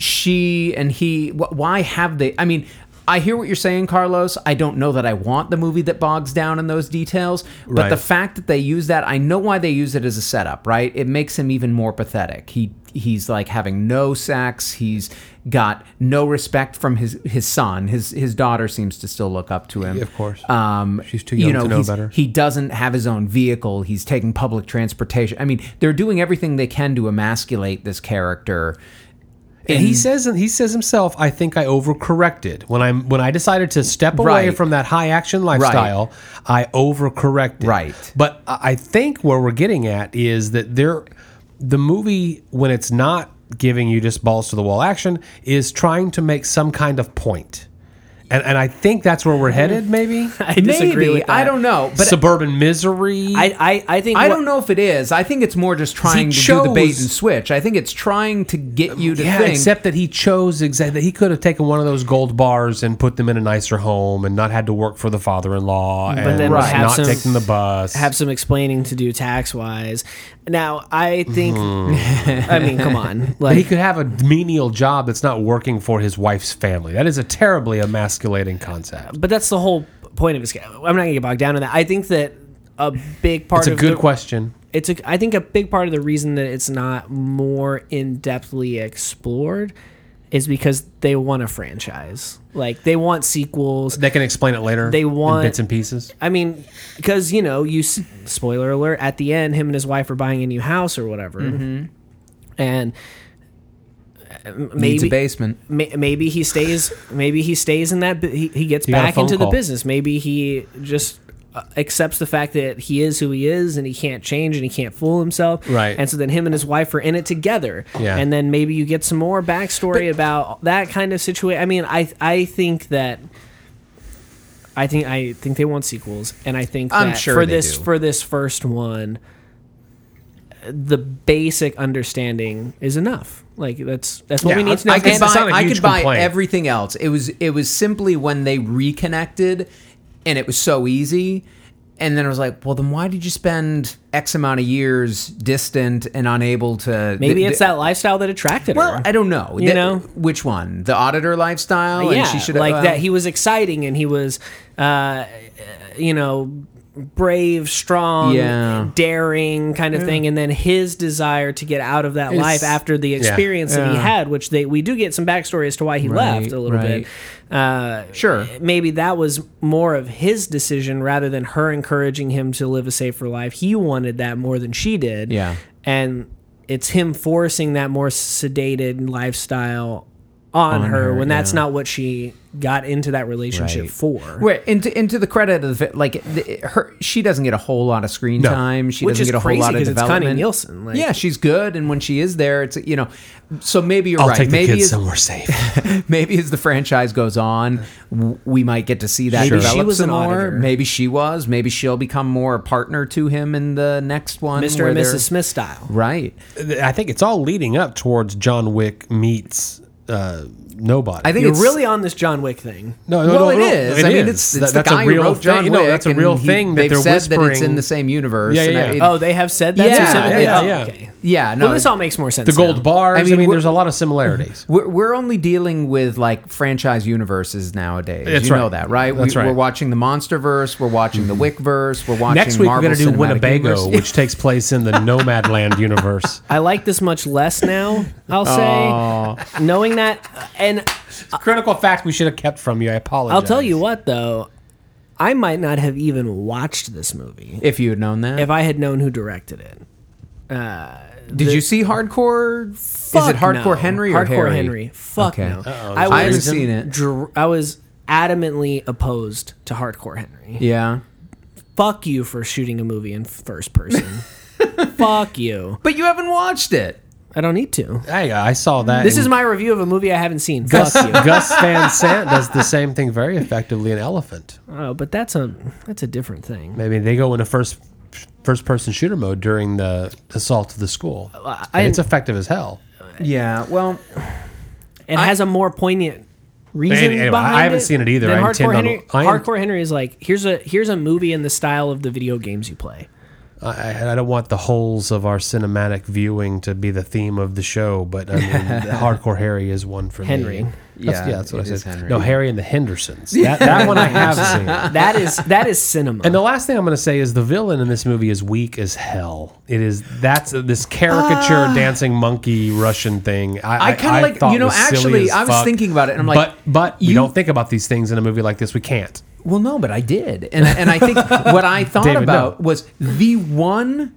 A: she and he? wh- Why have they? I mean. I hear what you're saying, Carlos. I don't know that I want the movie that bogs down in those details, but the
B: Right.
A: fact that they use that, I know why they use it as a setup, right? It makes him even more pathetic. He he's like having no sex. He's got no respect from his his son. His his daughter seems to still look up to him.
B: Of course.
A: um,
B: She's too young
A: you know,
B: to know
A: he's-
B: better.
A: He doesn't have his own vehicle. He's taking public transportation. I mean, they're doing everything they can to emasculate this character.
B: And he says he says himself, I think I overcorrected when I'm when I decided to step away
A: Right.
B: from that high action lifestyle. I overcorrected.
A: Right.
B: But I I think where we're getting at is that there, the movie when it's not giving you just balls to the wall action is trying to make some kind of point, and and I think that's where we're headed. Maybe
C: I disagree
A: Maybe
C: with that.
A: I don't know, but
B: suburban misery.
C: I I, I think
A: I
C: what-
A: don't know if it is. I think it's more just trying to do the bait
B: chose-
A: and switch. I think it's trying to get you to
B: yeah,
A: think.
B: except that he chose exactly. He could have taken one of those gold bars and put them in a nicer home, and not had to work for the father-in-law, and
C: then
A: we'll
B: not
C: have some-
B: taking the bus.
C: have some explaining to do tax wise. Now I think
B: Mm-hmm.
C: I mean come on
B: But he
C: like
B: could have a menial job that's not working for his wife's family. That is a terribly emasculating concept.
C: but that's the whole point of his. I'm not gonna get bogged down in that. I think that a big part
B: It's a
C: of
B: good
C: the,
B: question.
C: it's a I think a big part of the reason that it's not more in depthly explored is because they want a franchise. Like they want sequels.
B: They can explain it later.
C: They
B: in
C: want-
B: bits and pieces.
C: I mean, because you know, you s- spoiler alert at the end, him and his wife are buying a new house or whatever, and uh,
A: Mm-hmm. needs a
C: maybe
A: basement.
C: ma- maybe he stays maybe he stays in that bu- he, he gets
B: He got a
C: back
B: phone
C: into
B: call.
C: the business maybe he just uh, accepts the fact that he is who he is and he can't change and he can't fool himself
B: Right.
C: and so then him and his wife are in it together
B: Yeah.
C: and then maybe you get some more backstory about that kind of situation i mean i i think that i think i think they want sequels and i think
A: I'm
C: that
A: sure
C: for
A: they
C: this
A: do.
C: for this first one the basic understanding is enough like that's that's what we
B: Yeah,
C: need to know
A: I
B: I
A: could
B: guess it's
A: buy,
B: not a
A: I
B: huge
A: could buy
B: complaint.
A: everything else. It was it was simply when they reconnected, and it was so easy. And then I was like, well, then why did you spend X amount of years distant and unable to?
C: Maybe
A: th-
C: it's
A: th-
C: that lifestyle that attracted
A: Well,
C: her.
A: I don't know.
C: You
A: That-
C: know?
A: which one? The auditor lifestyle.
C: yeah,
A: and she um, should uh,
C: like
A: well,
C: that. He was exciting and he was, uh, you know, brave, strong,
A: Yeah.
C: daring kind of thing. And then his desire to get out of that life after the experience that he
A: Yeah.
C: had, which they we do get some backstory as to why he left a little bit. Uh,
A: Sure.
C: maybe that was more of his decision rather than her encouraging him to live a safer life. He wanted that more than she did.
A: Yeah.
C: And it's him forcing that more sedated lifestyle on, her,
A: her,
C: when that's
A: yeah.
C: not what she got into that relationship
A: Right.
C: for.
A: Wait, into into the credit of it, like the, her, she doesn't get a whole lot of screen
B: No.
A: time. She
C: Which
A: doesn't
C: is
A: get a whole
C: crazy
A: lot of
C: 'cause it's Connie
A: development.
C: Nielsen, like-
A: yeah, she's good, and when she is there, it's you know. So maybe you're
B: I'll
A: right.
B: take the
A: maybe
B: kids
A: it's-
B: somewhere safe.
A: maybe as the franchise goes on, w- we might get to see that
C: Maybe she
A: develop
C: was
A: some
C: an
A: more.
C: auditor.
A: Maybe she was. Maybe she'll become more a partner to him in the next one.
C: Mr.
A: where
C: and
A: they're-
C: Mrs. Smith style.
A: Right.
B: I think it's all leading up towards John Wick meets uh, nobody.
A: I think
C: You're
A: it's
C: really on this John Wick thing.
B: no, no,
A: well,
B: no,
A: it
B: no,
A: is.
B: it
A: I mean,
B: is.
A: it's,
B: That-
A: it's the guy
B: a real
A: who wrote John
B: thing. No,
A: Wick,
B: that's a
A: and
B: real
A: he-
B: thing that
A: they've
B: they're
A: said
B: whispering.
A: that it's in the same universe.
B: Yeah,
A: and
B: yeah,
A: I-
B: yeah.
A: it-
C: Oh, they have said that.
A: Yeah,
C: specifically?
B: yeah,
C: Oh,
B: yeah.
C: Okay.
A: yeah, no,
C: well, this all makes more sense.
B: the
C: now.
B: gold bars.
A: I
B: I
A: mean,
B: mean,
A: we're-
B: there's a lot of similarities.
A: We're, we're only dealing with like franchise universes nowadays.
B: That's
A: you know
B: right.
A: that, right?
B: That's
A: we,
B: right. Hmm.
A: We're watching the MonsterVerse. We're watching the Wickverse. We're watching
B: Next week we're
A: Marvel
B: going to do
A: Cinematic
B: Winnebago,
A: Universe.
B: which takes place in the Nomadland universe.
C: I like this much less now. I'll say, knowing that, and
B: Critical fact we should have kept from you. I apologize.
C: I'll tell you what though, I might not have even watched this movie
A: If you had known that,
C: if I had known who directed it.
A: did you see Hardcore? Is it
C: Fuck
A: Hardcore
C: no.
A: Henry or
C: Hardcore
A: Harry?
C: Henry? Fuck
A: Okay.
C: no.
A: Uh-oh,
C: I
A: there's
C: was,
A: a reason. I haven't seen
C: dr- I was adamantly opposed to Hardcore Henry.
A: Yeah,
C: Fuck you for shooting a movie in first person. Fuck you.
A: but you haven't watched it.
C: I don't need to.
B: Hey, I saw that.
C: This
B: in-
C: is my review of a movie I haven't seen.
B: Gus,
C: Fuck you.
B: Gus Van Sant does the same thing very effectively in Elephant.
C: Oh, but that's a that's a different thing.
B: Maybe they go into first first person shooter mode during the assault of the school. And it's effective as hell.
A: Yeah, well,
C: It has a more poignant reason.
B: Anyway, I
C: behind
B: haven't seen it either.
C: than
B: I
C: Hardcore,
B: intend on-
C: Henry,
B: I am-
C: Hardcore Henry is like here's a here's a movie in the style of the video games you play.
B: I, I- I don't want the holes of our cinematic viewing to be the theme of the show, but I mean, Hardcore Harry is one for
C: Henry.
B: me. That's,
A: Yeah,
B: yeah, that's what
A: it
B: I
A: is
B: said.
A: Henry.
B: No, Harry and the Hendersons. That, that one I have seen.
C: That is that is cinema.
B: And the last thing I'm going to say is the villain in this movie is weak as hell. It is that's this caricature dancing monkey Russian thing. I,
A: Ah. I kinda like-
B: thought
A: you know,
B: was silly
A: actually,
B: as
A: I was
B: fuck.
A: thinking about it, and I'm like,
B: but but
A: you-
B: you don't think about these things in a movie like this. We can't.
A: Well, no, but I did, and and I think what I thought
B: David, no.
A: about was the one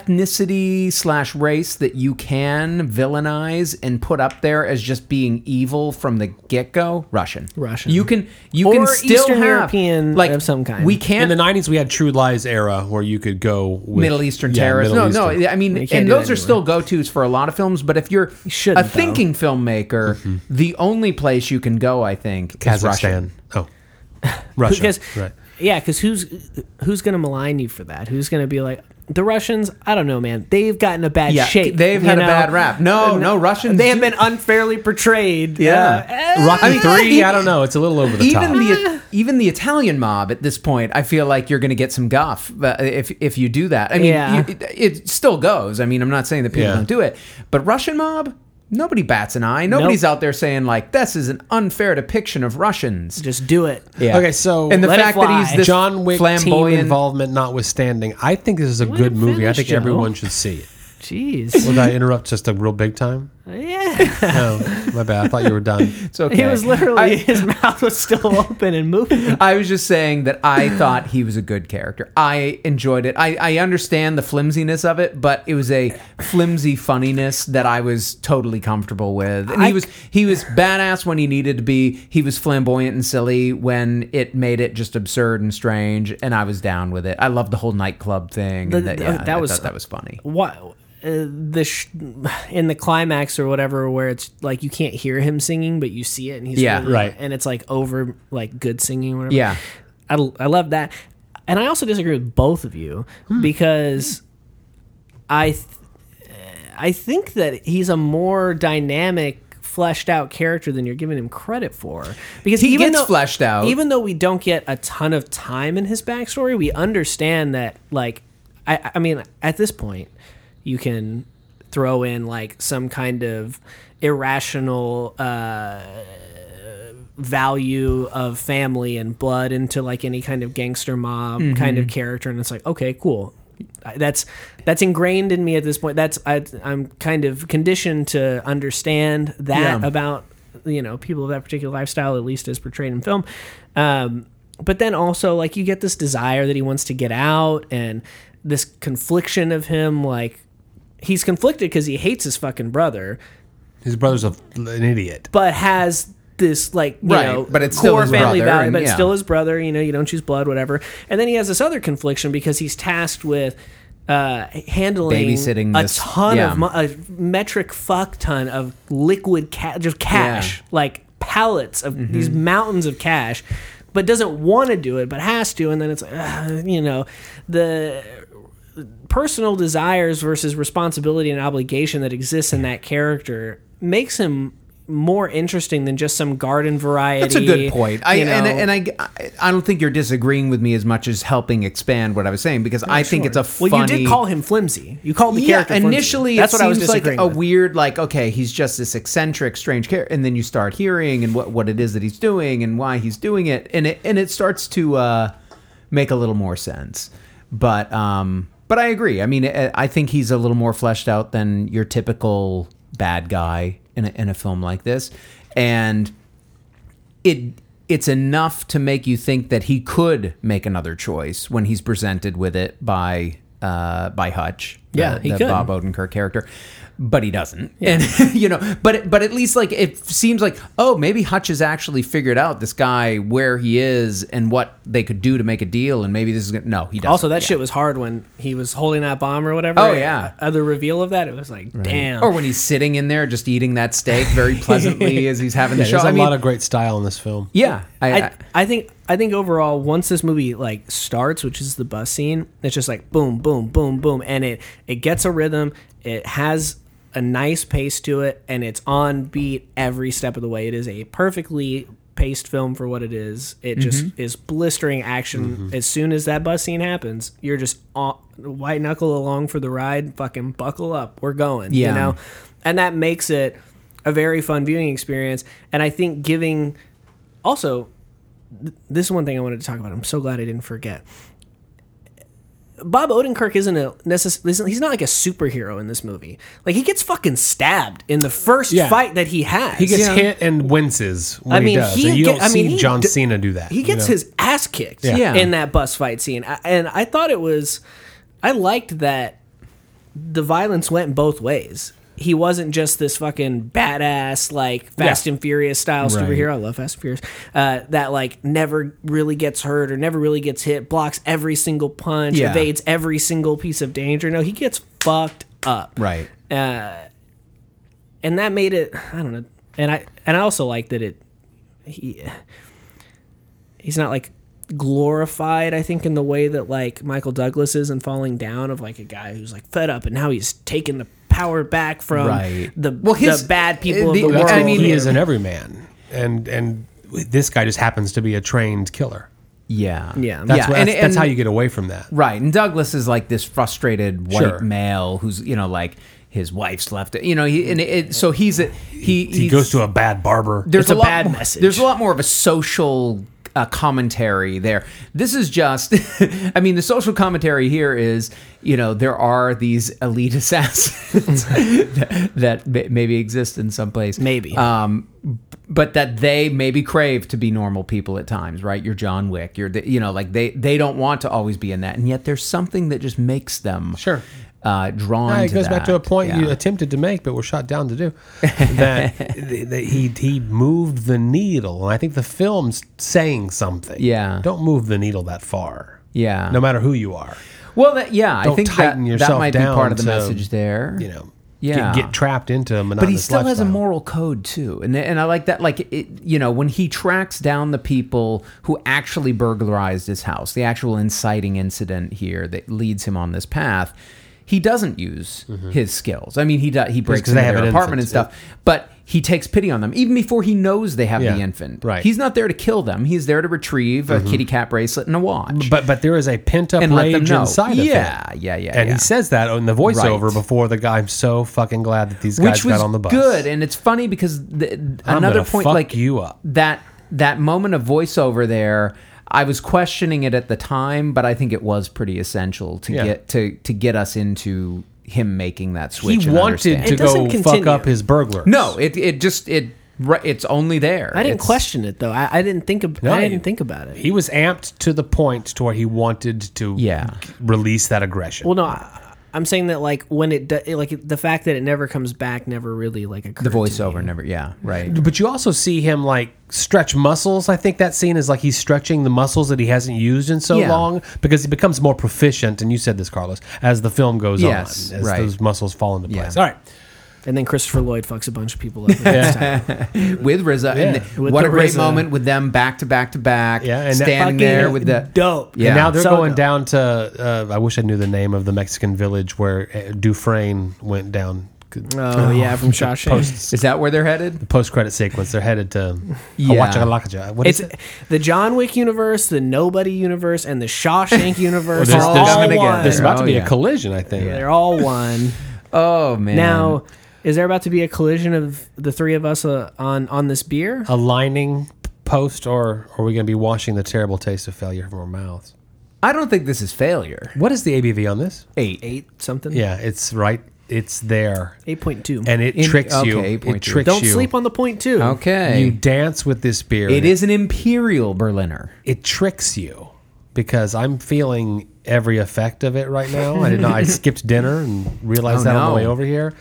A: ethnicity slash race that you can villainize and put up there as just being evil from the get go. Russian,
C: Russian.
A: You can you
C: Or
A: can still
C: Eastern
A: have,
C: European
A: like
C: of some kind.
A: We
B: In
A: can't
B: the '90s, we had True Lies era where you could go with,
A: Middle Eastern
B: Yeah,
A: terrorists.
B: Middle
A: no,
B: Eastern.
A: no. I mean,
C: You can't
A: and
C: do
A: those
C: that
A: are still go tos for a lot of films. But if you're a
C: shouldn't, though. Mm-hmm.
A: thinking filmmaker, the only place you can go, I think, is
B: Kazakhstan.
A: Russia.
B: Oh, Russia.
C: because
B: right.
C: yeah, because who's who's gonna malign you for that? Who's gonna be like the Russians? I don't know, man. They've gotten a bad
A: Yeah,
C: shape.
A: they've
C: you
A: had a
C: know?
A: bad rap. No, no, Russians
C: They have
A: do-
C: been unfairly portrayed.
A: Yeah.
C: Uh, eh,
B: Rocky
A: I mean,
B: Three.
A: even-
B: I don't know. It's a little over the
A: Even
B: top.
A: the even the Italian mob at this point, I feel like you're going to get some guff uh, if if you do that. I mean,
C: Yeah.
A: you- it, it still goes. I mean, I'm not saying that people
B: Yeah.
A: don't do it, but Russian mob, nobody bats an eye. Nobody's out there saying like this is an unfair depiction of Russians.
C: just do it.
A: Yeah.
B: Okay, so
A: and the
C: Let it
A: fact that he's
C: fly.
A: this
B: John Wick
A: flamboyant
B: team involvement notwithstanding, I think this is a good
C: it
B: movie. I
C: finished,
B: think
C: Joe.
B: everyone should see it.
C: Jeez.
B: Did I interrupt just a real big time?
C: yeah.
B: No, my bad. I thought you were done.
A: It's okay.
C: He was literally
A: I-
C: his mouth was still open and moving.
A: I was just saying that I thought he was a good character. I enjoyed it. I, I understand the flimsiness of it, but it was a flimsy funniness that I was totally comfortable with. And he
C: I-
A: was he was badass when he needed to be. He was flamboyant and silly when it made it just absurd and strange. And I was down with it. I loved the whole nightclub thing. and
C: The-
A: that,
C: the-
A: yeah,
C: that
A: I
C: was-
A: thought that was funny.
C: What uh, the sh- in the climax or whatever, where it's like you can't hear him singing, but you see it, and he's
A: Yeah,
C: really-
B: right.
C: and it's like over like good singing, or whatever.
A: Yeah.
C: I, I love that, and I also disagree with both of you
A: Hmm.
C: because I th- I think that he's a more dynamic. Fleshed out character than you're giving him credit for, because
A: He
C: even
A: gets
C: though-
A: fleshed out.
C: Even though we don't get a ton of time in his backstory, we understand that like I I mean at this point you can throw in like some kind of irrational uh value of family and blood into like any kind of gangster mob kind of character and it's like okay cool I- that's that's ingrained in me at this point that's I, i'm kind of conditioned to understand that
A: Yeah.
C: about you know people of that particular lifestyle at least as portrayed in film um, but then also like you get this desire that he wants to get out and this confliction of him like he's conflicted because he hates his fucking brother
B: His brother's a, an idiot.
C: but has this like you
A: Right,
C: know
A: but it's still
C: core
A: his
C: family
A: brother,
C: value,
A: and-
C: but it's
A: yeah.
C: still his brother. You know, you don't choose blood, whatever. And then he has this other confliction because he's tasked with uh, handling
A: Babysitting
C: a
A: this-
C: ton
A: yeah.
C: of mo- a metric fuck ton of liquid ca- just cash,
A: Yeah. Mm-hmm.
C: like pallets of these mountains of cash. But doesn't want to do it, but has to, and then it's like, uh, you know, the personal desires versus responsibility and obligation that exists in that character makes him more interesting than just some garden variety.
A: That's a good point. I
C: you know.
A: and, and I, I don't think you're disagreeing with me as much as helping expand what I was saying because I think it's a funny.
C: well, you did call him flimsy. You called the
A: yeah,
C: character flimsy.
A: initially
C: That's
A: it
C: what I was
A: seems like
C: disagreeing
A: a
C: with.
A: weird, like okay, he's just this eccentric, strange character, and then you start hearing and what what it is that he's doing and why he's doing it, and it and it starts to uh, make a little more sense. But um, but I agree. I mean, I I think he's a little more fleshed out than your typical bad guy in a, in a film like this, and it it's enough to make you think that he could make another choice when he's presented with it by uh, by Hutch,
C: Yeah,
A: the,
C: he
A: the
C: could.
A: Bob Odenkirk character, but he doesn't. And you know, but but at least like it seems like oh maybe Hutch has actually figured out this guy where he is and what they could do to make a deal, and maybe this is gonna, no he doesn't.
C: Also, that
A: Yeah.
C: shit was hard when he was holding that bomb or whatever.
A: Oh, yeah.
C: Other reveal of that, it was like, damn.
A: Or when he's sitting in there just eating that steak very pleasantly as he's having the show.
B: There's a
A: I mean,
B: lot of great style in this film.
A: yeah, I,
C: I, I think I think overall once this movie like starts, which is the bus scene, it's just like boom, boom, boom, boom, and it it gets a rhythm. It has a nice pace to it, and it's on beat every step of the way. It is a perfectly paced film for what it is. It just
A: Mm-hmm.
C: is blistering action. As soon as that bus scene happens, you're just on, white knuckle along for the ride. Fucking buckle up, we're going.
A: Yeah.
C: You know, and that makes it a very fun viewing experience. And I think giving also this is one thing I wanted to talk about. I'm so glad I didn't forget. Bob Odenkirk isn't a necessarily he's not like a superhero in this movie. Like he gets fucking stabbed in the first
B: Yeah.
C: fight that he has.
B: He gets hit and winces when
C: I mean,
B: he does.
C: he
B: and you
C: get-
B: don't
C: I mean,
B: see
C: he
B: John
C: d-
B: Cena do that.
C: He
B: you
C: gets
B: know?
C: his ass kicked
A: Yeah.
C: in that bus fight scene. I- And I thought it was I liked that the violence went both ways. He wasn't just this fucking badass, like Fast and Furious style
B: Right.
C: superhero. I love Fast and Furious. Uh, that like never really gets hurt or never really gets hit, blocks every single punch,
A: Yeah.
C: evades every single piece of danger. No, he gets fucked up
A: right.
C: and that made it I don't know. And I and I also like that it he he's not like glorified I think in the way that like Michael Douglas is in Falling Down of like a guy who's like fed up and now he's taken the power back from
A: Right.
C: the
A: Well, his- uh,
C: the bad
A: the-
C: people of the world.
A: that's
B: Well,
A: I mean-
B: he is an everyman, and and this guy just happens to be a trained killer.
A: Yeah,
C: Yeah.
B: That's,
A: yeah.
B: what,
A: and-
B: that's, that's
A: and-
B: how you get away from that.
A: Right. And Douglas is like this frustrated white
B: Sure.
A: male who's, you know, like his wife's left. You know, he, and it, it- so he's a, he,
B: He goes to a bad barber.
A: there's
C: It's a
A: lot
C: bad
A: more-
C: message.
A: There's a lot more of a social uh, commentary there. This is just, I mean, the social commentary here is, you know, there are these elite assassins that, that may- maybe exist in some place,
C: Maybe.
A: um, but that they maybe crave to be normal people at times, right? You're John Wick. You're, the, you know, like they they don't want to always be in that, and yet there's something that just makes them
B: Sure.
A: uh, drawn.
B: it
A: to
B: goes back to a
A: that.
B: point you
A: Yeah.
B: attempted to make, but were shot down to do. That, that he he moved the needle, and I think the film's saying something.
A: Yeah.
B: don't move the needle that far.
A: Yeah.
B: no matter who you are,
A: Well, that, yeah, I
B: Don't
A: think that,
B: tighten
A: that
B: yourself
A: might be
B: down
A: part of the
B: to,
A: message there.
B: you know.
A: Yeah.
B: get, get trapped into a monotonous
A: but he still has a
B: lifestyle.
A: moral code too and and i like that like it, you know when he tracks down the people who actually burglarized his house the actual inciting incident here that leads him on this path he doesn't use his skills i mean he does he breaks
B: 'cause
A: into
B: Mm-hmm. they
A: their
B: have an
A: apartment and
B: infant,
A: stuff but he takes pity on them even before he knows they have
B: Yeah,
A: the infant
B: right. Mm-hmm.
A: he's not there to kill them he's there to retrieve a kitty cat bracelet and a watch
B: But but there is a pent up
A: and let them
B: rage
A: know
B: inside of him.
A: yeah yeah yeah
B: And
A: yeah.
B: he says that in the voiceover
A: Right.
B: before the guy. I'm so fucking glad that these guys
A: which was
B: got on the bus.
A: good and it's funny because the,
B: I'm
A: another
B: gonna
A: point
B: fuck
A: like
B: you up.
A: that that moment of voiceover there i was questioning it at the time but i think it was pretty essential to
B: Yeah.
A: get to to get us into him making that switch
B: He
A: and
B: wanted to
A: understand.
C: It doesn't
B: go fuck
C: continue.
B: up his burglars.
A: no it it just it ri- it's only there
C: I didn't
A: It's-
C: question it though. I, I didn't think ab-
B: No,
C: I
B: he-
C: didn't think about it.
B: he was amped to the point to where he wanted to
A: Yeah.
B: g- release that aggression.
C: Well, no, I, I'm saying that like when it, do, it like the fact that it never comes back never really like occurred
A: the
C: to me.
A: voiceover never yeah right
B: but you also see him like stretch muscles. I think that scene is like he's stretching the muscles that he hasn't used in so
A: Yeah.
B: long because he becomes more proficient. And you said this, Carlos, as the film goes
A: Yes,
B: on, as
A: right.
B: those muscles fall into
A: Yeah.
B: place. All right,
C: And then Christopher Lloyd fucks a bunch of people up. yeah.
A: with RZA, and
B: Yeah.
A: th-
C: With
A: what
C: the
A: a great
C: RZA.
A: moment with them back to back to back,
B: Yeah, and that
A: standing there with the
C: dope.
A: Yeah.
B: And now they're
C: So
B: going
C: dope.
B: down to. Uh, I wish I knew the name of the Mexican village where uh, Dufresne went down
C: Oh, yeah, from Shawshank.
B: Post,
A: Is that where they're headed?
B: post credit sequence. They're headed to
A: Yeah.
B: Awachalakaja. What is
C: It's
B: it?
C: the John Wick universe, the Nobody universe, and the Shawshank universe.
B: there's-
C: are
B: there's-
C: all
A: coming
C: one.
A: together.
B: There's about
A: Oh,
B: to be
A: yeah.
B: a collision, I think.
C: They're all one.
A: Oh man.
C: Now, is there about to be a collision of the three of us uh, on on this beer?
B: A lining post, or are we going to be washing the terrible taste of failure from our mouths?
A: I don't think this is failure.
B: What is the ABV on this?
A: Eight.
C: Eight something.
B: Yeah, it's right. It's there,
C: Eight point two.
B: and it
A: In-
B: tricks you.
A: okay,
B: It
A: 8.2.
B: tricks
C: Don't
B: you.
C: sleep on the point two.
A: Okay.
B: You dance with this beer.
A: it
B: and
A: is an imperial Berliner.
B: It tricks you because I'm feeling every effect of it right now. I did not. I skipped dinner and realized
A: Oh,
B: that on the
A: no.
B: way over here.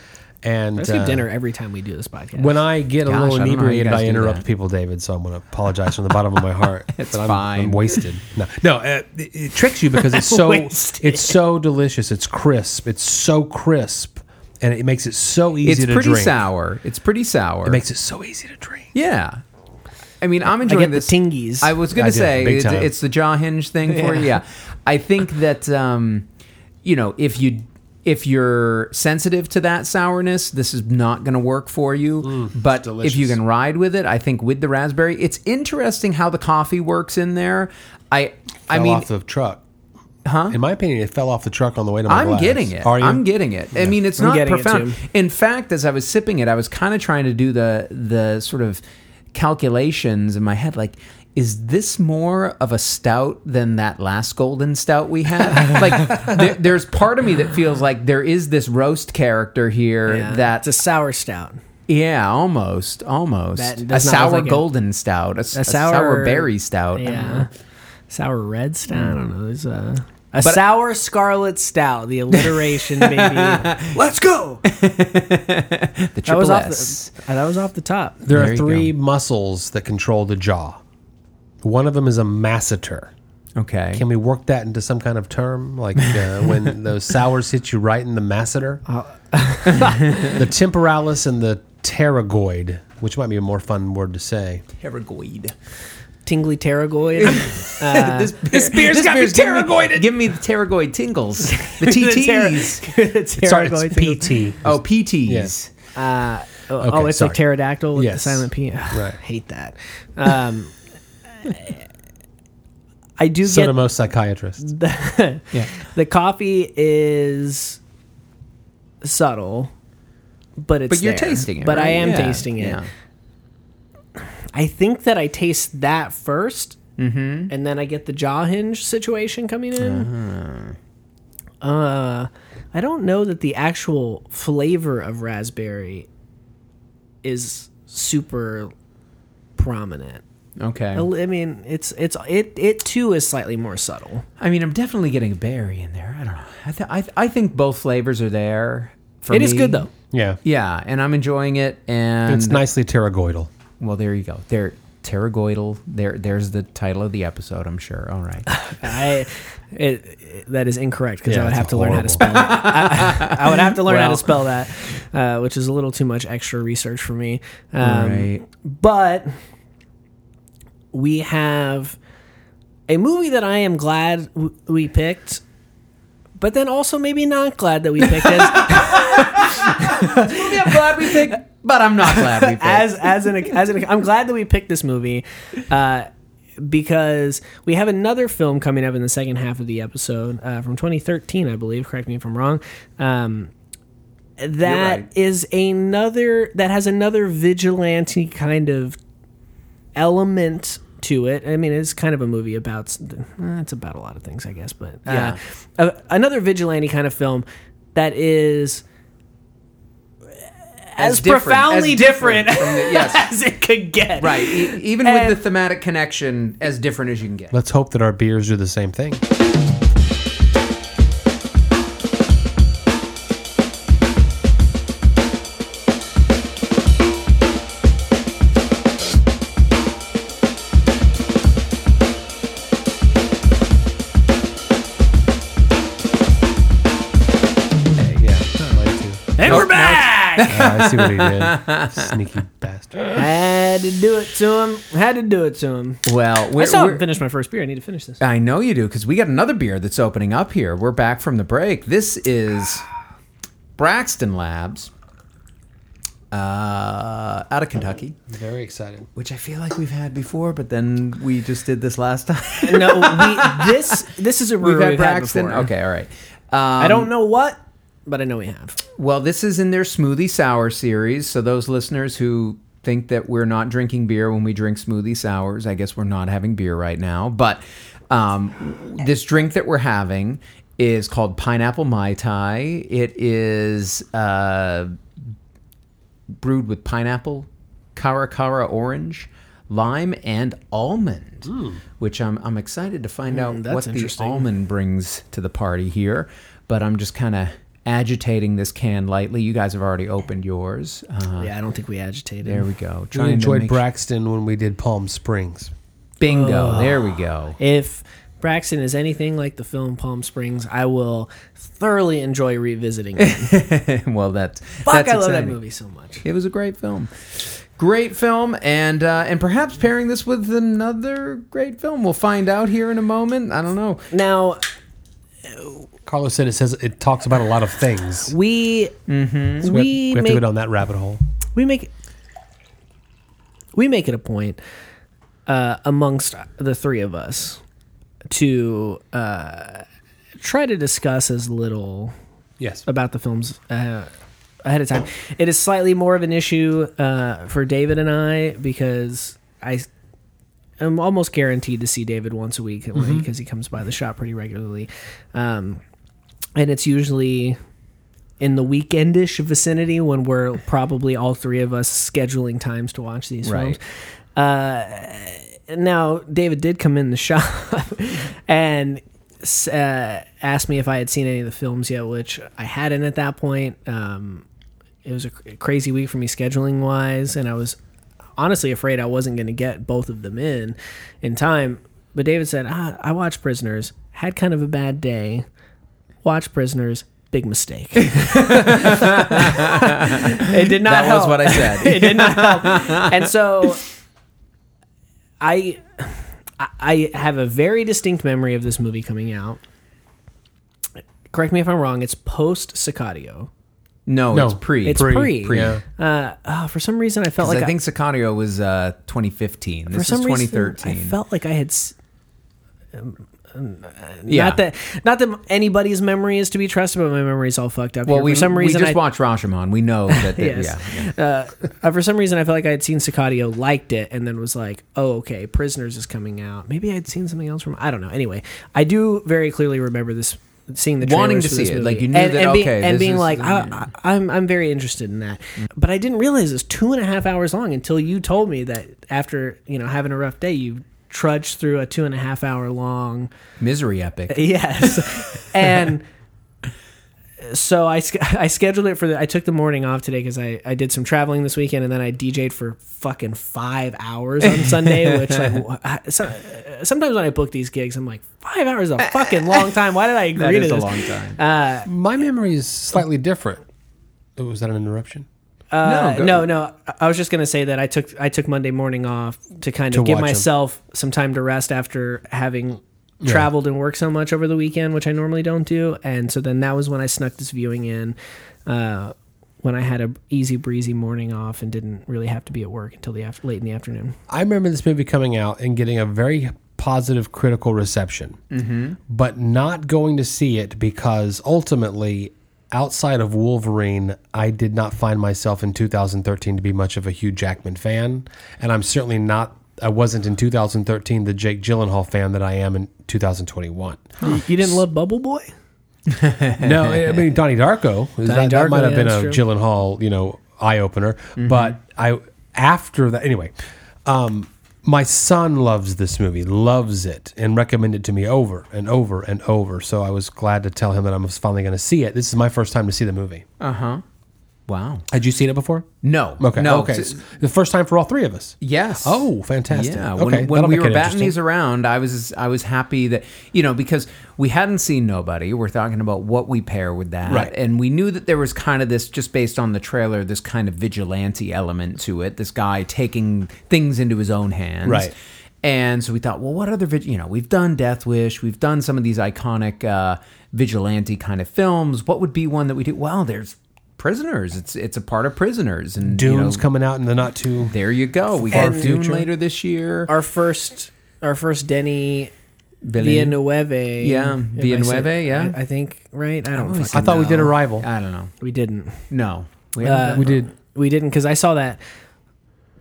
B: And
C: Let's get
B: uh,
C: dinner every time we do this podcast.
B: When I get a
A: Gosh, I
B: little
A: don't know how you
B: inebriated,
A: guys
B: I
A: do
B: interrupt
A: that.
B: people, David. So I'm going to apologize from the bottom of my heart.
A: It's
B: that I'm, I'm
A: fine.
B: wasted. No, no, uh, it, it tricks you because it's so
C: Wasted.
B: it's so delicious. It's crisp. It's so crisp, and it makes it so easy
A: It's
B: to
A: pretty
B: drink.
A: sour. It's pretty sour.
B: It makes it so easy to drink.
A: yeah. I mean, I'm
C: I
A: enjoying
C: get the
A: this.
C: tingies.
A: I was going
B: I
A: to
B: do,
A: say
B: big
A: it's,
B: time.
A: it's the jaw hinge thing for you. Yeah, I think that um, you know if you if you're sensitive to that sourness, this is not going to work for you. but if you
B: Mm, delicious.
A: can ride with it, I think with the raspberry, it's interesting how the coffee works in there. I I
B: fell
A: mean,
B: off the truck. Huh? In my opinion, it fell off the truck on the way to my
A: I'm
B: glass.
A: getting it.
B: Are you?
A: I'm getting it. I mean, it's
C: I'm
A: not
C: getting it,
A: profound.
C: too.
A: In fact, as I was sipping it, I was kind of trying to do the the sort of calculations in my head, like. Is this more of a stout than that last golden stout we had? like, there, there's part of me that feels like there is this roast character here
C: Yeah.
A: that,
C: Uh, it's a sour stout.
A: yeah, almost, almost
C: That
A: a
C: does not
A: sour
C: look like a-
A: golden stout, a, s-
C: a
A: a sour,
C: sour-
A: berry stout.
C: Yeah. Sour red stout. I don't
B: Hmm.
C: know. There's a a sour scarlet stout. The alliteration, maybe. That
A: Let's go. the triple
C: was off.
A: S.
C: The, uh, that was off the top.
B: There,
A: There
B: are
A: you
B: three muscles that control the jaw. One of them is a masseter.
A: okay.
B: Can we work that into some kind of term, like uh, when those sours hit you right in the masseter? the temporalis and the pterygoid, which might be a more fun word to say.
A: Paragoid.
C: Tingly pterygoid. Uh,
A: this, beer,
B: beer's got me
A: Give, me the pterygoid tingles. The
C: The pter-
A: TTs.
C: the
B: Sorry, it's
C: pterygoid tingles.
B: PT.
A: oh, PTs.
C: Uh, oh,
B: Okay,
C: oh, it's
B: sorry.
C: like pterodactyl with
B: Yes.
C: the silent P. I
B: Right.
C: hate that. Um, I do
B: So do
C: get
B: most psychiatrists.
C: the,
A: Yeah.
C: the coffee is subtle, but it's
A: But you're
C: there.
A: tasting it.
C: But I
A: right?
C: am
A: Yeah,
C: tasting it.
A: yeah.
C: I think that I taste that 1st mm-hmm. and then I get the jaw hinge situation coming in.
A: Uh-huh.
C: uh I don't know that the actual flavor of raspberry is super prominent.
A: Okay.
C: I I mean, it's it's it it too is slightly more subtle.
A: I mean, I'm definitely getting a berry in there. I don't know. I, th- I, th- I think both flavors are there. For
C: It is
A: me.
C: good though.
B: Yeah.
A: Yeah, and I'm enjoying it. And
B: It's nicely pterygoidal.
A: Well, there you go. There, pterygoidal. There, there's the title of the episode. I'm sure. All right.
C: I it, it- that is incorrect because
B: Yeah,
C: I would
B: it's
C: have to learn how
B: horrible.
C: to spell. That. I, I would have to learn how
A: Well.
C: to spell that, uh, which is a little too much extra research for me.
A: All
C: Um,
A: right.
C: But we have a movie that I am glad w- we picked, but then also maybe not glad that we picked as
A: I'm glad we picked, but I'm not glad we picked.
C: as as an as an. I'm glad that we picked this movie. Uh, because we have another film coming up in the second half of the episode uh, from 2013, I believe. Correct me if I'm wrong. Um, that
B: right.
C: is another that has another vigilante kind of element to it. I mean, it's kind of a movie about s- eh, it's about a lot of things, I guess. But
A: Yeah.
C: uh, a- another vigilante kind of film that is as,
A: different-
C: profoundly
A: as
C: different,
A: different from the- yes.
C: as it could get.
A: Right. E- even
C: And-
A: with the thematic connection, as different as you can get.
B: Let's hope that our beers do the same thing. Yeah, I'd like to.
C: And we're back.
B: Ah, I see what he did. Sneaky bastard.
C: Had to do it to him. Had to do it to him.
A: Well, we're,
C: I still
A: we're-
C: haven't finished my first beer. I need to finish this.
A: I know you do because we got another beer that's opening up here. We're back from the break. This is Braxton Labs uh, out of Kentucky,
B: Very excited.
A: which I feel like we've had before, but then we just did this last time.
C: no, we, this this is a brewery
A: we've
C: we've
A: had Braxton.
C: before.
A: okay, all right. Um,
C: I don't know what, but I know we have.
A: Well, this is in their smoothie sour series. So those listeners who think that we're not drinking beer when we drink smoothie sours, I guess we're not having beer right now. But um, this drink that we're having is called pineapple mai tai. It is uh, brewed with pineapple, cara cara orange. Lime and almond, which I'm, I'm excited to find out
C: Hmm. that's
A: what the
C: interesting.
A: almond brings to the party here. But I'm just kind of agitating this can lightly. You guys have already opened yours. Uh,
C: Yeah, I don't think we agitated.
A: There we go.
B: We
A: Trying to
B: enjoyed
A: make sure-
B: Braxton when we did Palm Springs.
A: Bingo. There we go.
C: If Braxton is anything like the film Palm Springs, I will thoroughly enjoy revisiting it.
A: well, that's
C: Fuck,
A: that's
C: I love that
A: exciting.
C: movie so much.
A: It was a great film. Great film, and uh, and perhaps pairing this with another great film. We'll find out here in a moment. I don't know.
C: Now,
B: Carlos said it says it talks about a lot of things.
C: we
B: Mm-hmm. So have-
C: we,
B: we have
C: make,
B: to go down that rabbit hole.
C: we make we make it a point uh, amongst the three of us to uh, try to discuss as little
B: Yes.
C: about the films uh, ahead of time. It is slightly more of an issue uh, for David and I because I am almost guaranteed to see David once a week because he comes by the shop pretty regularly, um, and it's usually in the weekendish vicinity when we're probably all three of us scheduling times to watch these
A: Right.
C: films. Uh, now, David did come in the shop and s- uh, asked me if I had seen any of the films yet, which I hadn't at that point. Um, it was a cr- crazy week for me scheduling wise, and I was honestly afraid I wasn't going to get both of them in in time. But David said, ah, "I watched Prisoners, had kind of a bad day. Watched Prisoners, big mistake. it did not
A: That
C: help.
A: was what I said.
C: it did not help. And so I I I have a very distinct memory of this movie coming out. Correct me if I'm wrong, it's post Sicadio.
A: No,
B: No,
A: it's pre.
C: It's pre.
A: pre.
B: Yeah.
C: Uh, oh, for some reason, I felt
A: 'Cause
C: like
A: I think Sicario was uh, 2015. This
C: for some
A: is
C: reason,
A: 2013.
C: I felt like I had. s-
A: yeah.
C: Not that, not that anybody's memory is to be trusted, but my memory's all fucked up.
A: well,
C: here.
A: we,
C: for some
A: we
C: reason,
A: just
C: I,
A: watched Rashomon. We know that. that
C: Yes.
A: yeah, yeah.
C: uh, for some reason, I felt like I had seen Sicadio, liked it, and then was like, "Oh, okay, Prisoners is coming out." Maybe I'd seen something else from. I don't know. Anyway, I do very clearly remember this, seeing the
A: Wanting
C: trailers
A: to
C: for
A: see
C: this
A: it,
C: movie.
A: like, you knew
C: and,
A: that,
C: and being,
A: okay,
C: and
A: this
C: being
A: is-
C: like, I, I, "I'm I'm very interested in that," but I didn't realize it's two and a half hours long until you told me that after you know having a rough day, you trudged through a two and a half hour long.
A: Misery epic.
C: Yes. and so I, sch- I scheduled it for the, I took the morning off today because I, I did some traveling this weekend and then I DJ'd for fucking five hours on Sunday, which like, wh- I- so, sometimes when I book these gigs, I'm like, five hours is a fucking long time. Why did I agree
A: Uh, That
C: to
A: is a
C: this?
A: long time.
B: My memory is slightly different. Oh, was that an interruption?
C: Uh,
A: No, go-
C: no, no. I- I was just gonna say that I took I took Monday morning off to kind
B: To
C: of give
B: watch 'em.
C: myself some time to rest after having traveled and worked so much over the weekend, which I normally don't do. And so then that was when I snuck this viewing in, uh, when I had a easy breezy morning off and didn't really have to be at work until the after, late in the afternoon.
B: I remember this movie coming out and getting a very positive critical reception, mm-hmm. but not going to see it because ultimately, outside of Wolverine, I did not find myself in 2013 to be much of a Hugh Jackman fan, and I'm certainly not. I wasn't in 2013 the Jake Gyllenhaal fan that I am in 2021.
C: You didn't love Bubble Boy?
B: no, I mean Donnie Darko. that, that
C: Darko,
B: might have
C: yeah,
B: been
C: that's
B: a
C: true.
B: Gyllenhaal, you know, eye opener.
A: Mm-hmm.
B: But I after that anyway. Um, my son loves this movie, loves it, and recommended it to me over and over and over. So I was glad to tell him that I was finally going to see it. This is my first time to see the movie.
A: Uh huh. Wow.
B: Had you seen it before?
A: No.
B: Okay.
A: No.
B: okay.
A: it's-
B: the first time for all three of us.
A: Yes.
B: Oh, fantastic.
A: Yeah.
B: Okay.
A: When, when
B: that'll
A: we
B: make
A: were
B: it
A: batting
B: interesting.
A: these around, I was I was happy that you know because we hadn't seen nobody. We're talking about what we pair with that,
B: Right.
A: and we knew that there was kind of this just based on the trailer, this kind of vigilante element to it. This guy taking things into his own hands,
B: Right.
A: And so we thought, well, what other vid- you know we've done Death Wish, we've done some of these iconic uh, vigilante kind of films. What would be one that we do? Well, there's prisoners. It's it's a part of prisoners and you
B: Dune's
A: know,
B: coming out in the not too.
A: There you go. We
B: Far
A: got Dune
B: future.
A: later this year.
C: Our first, our first Denny
A: Villeneuve.
C: Villeneuve.
A: Yeah,
C: if I
A: Villeneuve,
C: said-
A: yeah.
C: I, I think right. I don't.
A: always
B: I
A: said
C: fucking
B: thought we
C: know.
B: did Arrival.
A: I don't know.
C: We didn't.
A: No, we
C: Uh,
A: haven't done
B: we
A: that.
B: did.
C: We didn't because I saw that.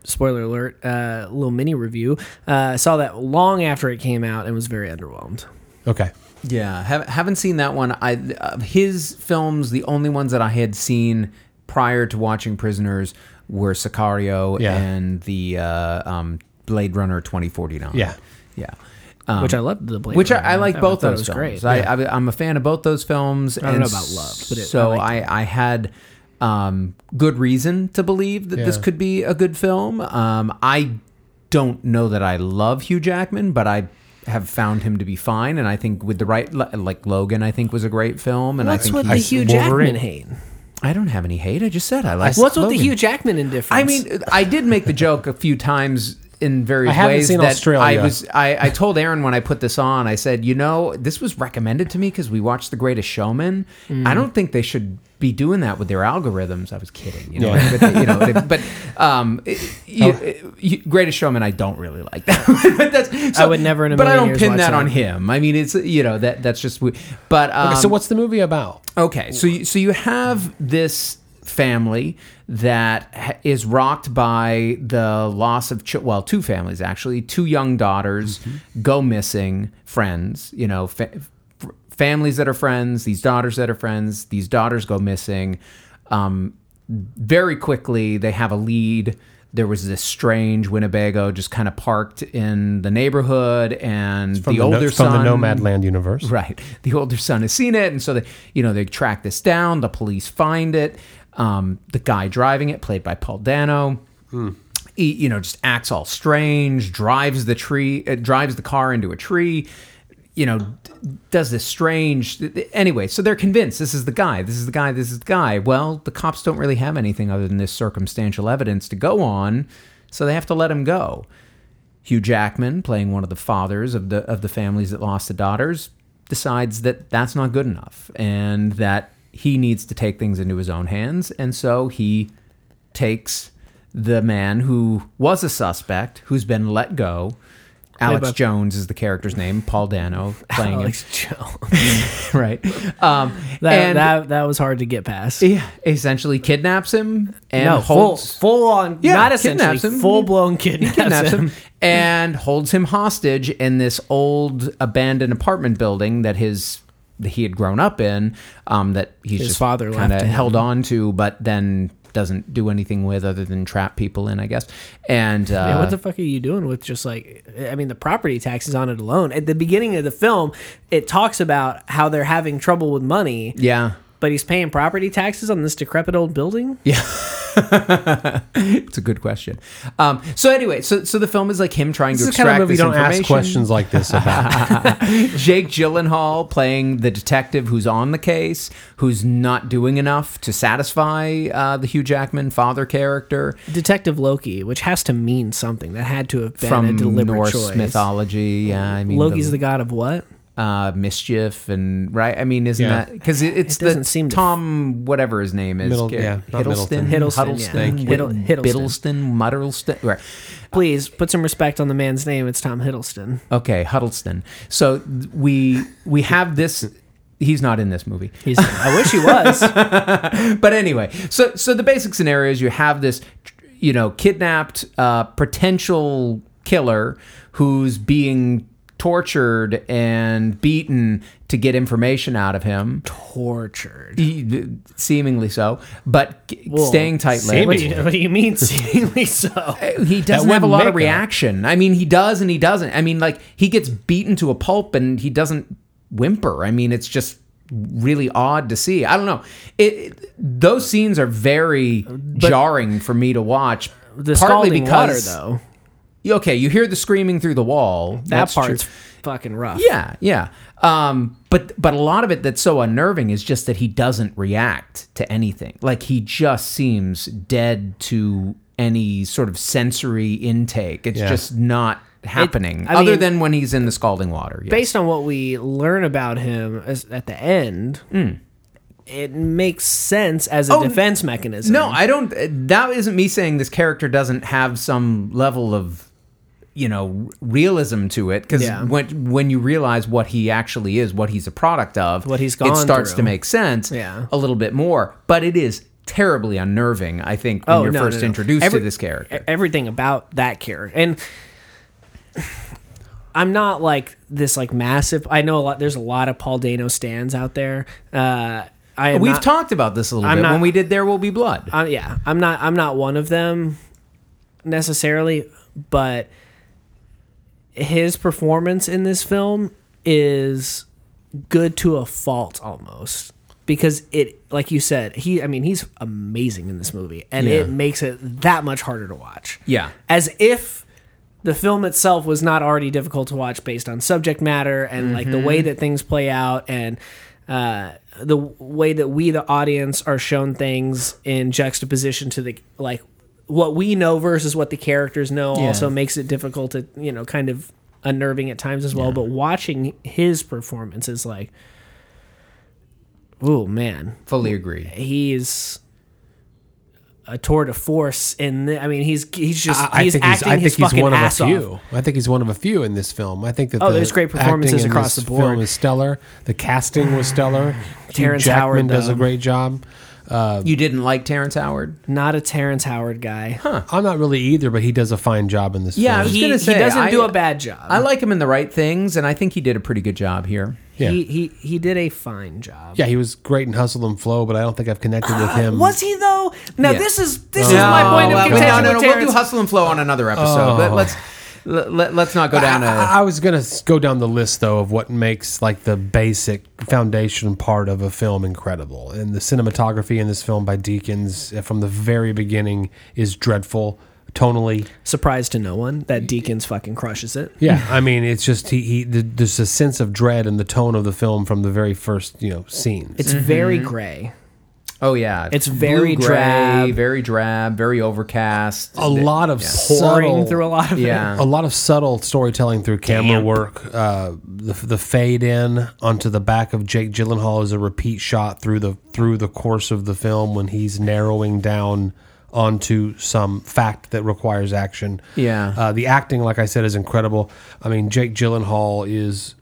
C: Spoiler alert! Uh, little mini review. Uh, saw that long after it came out and was very underwhelmed.
B: Okay.
A: Yeah, have, haven't seen that one. I of his films, the only ones that I had seen prior to watching Prisoners were Sicario
B: Yeah.
A: and the uh, um, Blade Runner twenty forty nine.
B: Yeah.
A: yeah. Um,
C: which I loved the Blade.
A: which I,
C: Runner.
A: I like both
C: thought
A: those
C: It was
A: films.
C: great.
A: I, I, I'm a fan of both those films.
C: don't
A: and
C: know about loved, but it- I
A: so
C: liked
A: I, I had um, good reason to believe that this
B: Yeah.
A: could be a good film. Um, I don't know that I love Hugh Jackman, but I have found him to be fine, and I think with the right like Logan, I think was a great film, and I
C: What's
A: think
C: with
A: he,
C: the
B: I-
C: Hugh
B: Wolverine.
C: Jackman hate?
A: I don't have any hate. I just said I like.
C: What's with
A: Logan.
C: the Hugh Jackman indifference?
A: I mean, I did make the joke a few times in various
B: I haven't
A: ways.
B: seen
A: that
B: Australia.
A: I was. I, I told Aaron when I put this on. I said, you know, this was recommended to me because we watched The Greatest Showman. I don't think they should be doing that with their algorithms. I was kidding, you know.
B: Yeah.
A: But, they- you know, they- but um, it- you- you- Greatest Showman, I don't really like that. but that's,
C: I would never in a
A: But I
C: million
A: don't
C: years
A: pin
C: watch
A: that on
C: that.
A: him. I mean, it's you know that that's just. we- But um,
B: so what's the movie about?
A: Okay, so you, so you have this family that ha- is rocked by the loss of ch- well, two families actually, two young daughters
B: Mm-hmm.
A: go missing, friends, you know, fa- f- families that are friends, these daughters that are friends, these daughters go missing. Um, very quickly they have a lead there was this strange winnebago just kind of parked in the neighborhood and
B: From
A: the
B: no-
A: older
B: from
A: son
B: the Nomadland universe.
A: Right. The older son has seen it, and so they, you know, they track this down. The police find it. Um, the guy driving it, played by Paul Dano, he, you know, just acts all strange. Drives the tree, uh, drives the car into a tree. You know, d- does this strange. Anyway, so they're convinced this is the guy. This is the guy. This is the guy. Well, the cops don't really have anything other than this circumstantial evidence to go on, so they have to let him go. Hugh Jackman, playing one of the fathers of the of the families that lost the daughters, decides that that's not good enough and that he needs to take things into his own hands, and so he takes the man who was a suspect, who's been let go. Alex
C: by-
A: Jones is the character's name. Paul Dano playing
C: Alex Jones.
A: him, right? Um,
C: That,
A: and
C: that that was hard to get past.
A: he essentially kidnaps him and
C: no, full,
A: holds
C: full on,
A: Yeah,
C: not essentially,
A: kidnaps him.
C: full blown kidnaps,
A: kidnaps
C: him.
A: him and holds him hostage in this old abandoned apartment building that his that he had grown up in um, that he's
C: His
A: just
C: father
A: kind of
C: left him.
A: held on to but then doesn't do anything with other than trap people in i guess and uh,
C: Yeah, what the fuck are you doing with just like? I mean, the property taxes on it alone. At the beginning of the film, it talks about how they're having trouble with money,
A: yeah
C: but he's paying property taxes on this decrepit old building.
A: it's a good question um, so anyway so so the film is like him trying
B: This
A: to
B: is the kind
A: extract
B: of movie you
A: this
B: don't ask
A: information.
B: questions like this about.
A: Jake Gyllenhaal playing the detective who's on the case, who's not doing enough to satisfy uh, the Hugh Jackman father character
C: Detective Loki, which has to mean something. That had to have been a
A: from
C: deliberate
A: Norse
C: choice.
A: mythology. Yeah, I mean
C: Loki's the god of what?
A: uh, mischief and right. I mean, isn't
B: Yeah.
A: that because it, it's
C: It doesn't
A: the
C: seem to-
A: Tom whatever his name is
B: Middle-
A: Gar-
B: yeah, not
A: Hiddleston
B: Middleston.
C: Hiddleston, yeah.
A: Hiddleston,
C: Hiddle-
A: Whit-
C: Hiddleston.
A: Biddleston Muddleston right.
C: Please put some respect on the man's name. It's Tom Hiddleston.
A: okay Huddleston so th- we we have this he's not in this movie
C: He's, I wish he was.
A: but anyway, so so the basic scenario is you have this, you know, kidnapped uh, potential killer who's being tortured and beaten to get information out of him,
C: Tortured.
A: e- seemingly so, but g- staying tight
C: What
A: lipped.
C: do, you, what do you mean, seemingly so?
A: He doesn't
B: That
A: have a
B: wouldn't
A: lot of
B: make it.
A: reaction. I mean, he does and he doesn't. I mean, like he gets beaten to a pulp and he doesn't whimper. I mean, it's just really odd to see. I don't know. It, it- those scenes are very jarring for me to watch.
C: The scalding water, though.
A: Okay, you hear the screaming through the wall.
C: That
A: That's true.
C: part's fucking rough.
A: Yeah, yeah. Um, but but a lot of it that's so unnerving is just that he doesn't react to anything. Like he just seems dead to any sort of sensory intake. It's
B: Yeah.
A: just not happening.
C: I
A: other
C: mean-
A: than when he's in the scalding water. Yeah.
C: Based on what we learn about him as, at the end, it makes sense as a
A: Hmm. Oh,
C: defense mechanism.
A: No, I don't. uh, That isn't me saying this character doesn't have some level of, you know, r- realism to it. Because
C: Yeah.
A: when when you realize what he actually is, what he's a product of,
C: What he's
A: it
C: gone
A: starts to
C: through.
A: make sense.
C: Yeah.
A: a little bit more. But it is terribly unnerving. I think when
C: Oh,
A: you're
C: no,
A: first
C: no, no.
A: introduced
C: Every-
A: to this character.
C: E, everything about that character and i'm not like this like massive i know a lot there's a lot of paul dano stands out there uh i am
A: We've
C: not-
A: talked about this a little
C: I'm
A: bit
C: not-
A: when we did "There Will Be Blood."
C: uh, yeah i'm not i'm not one of them necessarily but his performance in this film is good to a fault almost because it like you said he i mean he's amazing in this movie and
A: Yeah.
C: it makes it that much harder to watch
A: Yeah.
C: as if the film itself was not already difficult to watch based on subject matter and like the way that things play out and uh, the w- way that we the audience are shown things in juxtaposition to the like what we know versus what the characters know
A: Yeah.
C: also makes it difficult to you know kind of unnerving at times as well but watching his performance is like oh man
A: Fully agree.
C: he's a tour de force in the, I mean he's he's just
B: I, I
C: he's
B: think he's,
C: acting
B: I think
C: his
B: he's
C: fucking
B: one of a
C: ass off.
B: few. I think he's one of a few in this film. I think that
C: Oh,
B: the
C: there's great
B: acting
C: performances
B: in
C: across
B: this
C: the board.
B: Film is stellar. The casting was stellar. Hugh
C: Terrence
B: Jackman
C: Howard,
B: does a
C: though.
B: great job.
C: uh,
A: You didn't like Terrence Howard?
C: Not a Terrence Howard guy.
B: I'm not really either, but he does a fine job in this.
A: Yeah,
B: film.
A: I was
C: He,
A: gonna say,
C: he doesn't
A: I-
C: do a bad job.
A: I like him in the right things, and I think he did a pretty good job here.
B: Yeah.
C: He he he did a fine job.
B: yeah, he was great in Hustle and Flow, but I don't think I've connected with him.
C: Mm. Was he though? Now
A: Yeah.
C: this is this is my point of
A: Oh, well,
C: contention.
A: No, no, no.
C: with
A: We'll do
C: Terrence.
A: hustle and flow on another episode.
C: Oh.
A: Let, let's let, let, let's not go down a.
C: Uh,
B: I, I was gonna s- go down the list though of what makes like the basic foundation part of a film incredible, and the cinematography in this film by Deakins uh, from the very beginning is dreadful tonally.
C: Surprise to no one that Deacons fucking crushes it.
B: Yeah, I mean it's just he, he th- there's a sense of dread in the tone of the film from the very first you know scene.
C: It's very gray.
A: Oh yeah,
C: It's very
A: Blue-gray,
C: drab.
A: very drab, very overcast.
B: a lot of
C: Pouring
B: subtle,
C: through a lot of
A: Yeah.
B: a lot of subtle storytelling through camera work. Uh, the, the fade in onto the back of Jake Gyllenhaal is a repeat shot through the through the course of the film when he's narrowing down onto some fact that requires action.
A: Yeah.
B: uh, the acting, like I said, is incredible. I mean, Jake Gyllenhaal is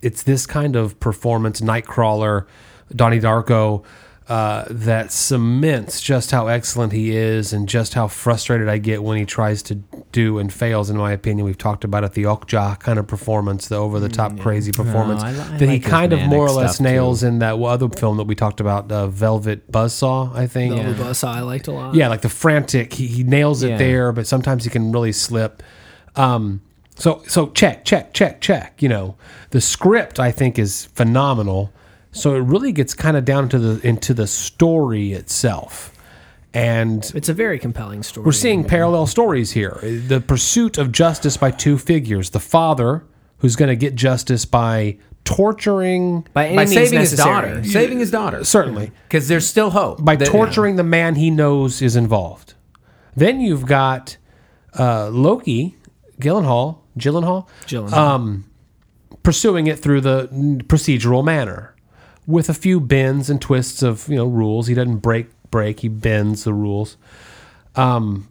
B: it's this kind of performance, Nightcrawler, Donnie Darko, uh, that cements just how excellent he is and just how frustrated I get when he tries to do and fails. In my opinion, we've talked about it—the Okja kind of performance, the over-the-top, crazy performance
A: Mm, I li- I
B: that he
A: like his
B: kind of
A: manic
B: more or less
A: stuff, too.
B: nails in that other film that we talked about, uh, Velvet Buzzsaw. I think.
C: Velvet Buzzsaw I liked a lot.
B: Yeah, like the frantic. He, he nails it
A: Yeah.
B: there, but sometimes he can really slip. Um, so so check check check check. You know, the script I think is phenomenal. So it really gets kind of down to the into the story itself, and
C: It's a very compelling story.
B: we're seeing parallel stories here. The pursuit of justice by two figures: the father who's going to get justice by torturing.
C: by, any
A: by
C: means
A: saving his
C: necessary.
A: daughter, saving his daughter,
B: Certainly,
A: because there's still hope
B: by
A: that-
B: torturing the man he knows is involved. Then you've got uh, Loki, Gyllenhaal, Gyllenhaal,
C: Gyllenhaal.
B: Um, pursuing it through the n- procedural manner, with a few bends and twists of you know rules. He doesn't break break. He bends the rules. Um,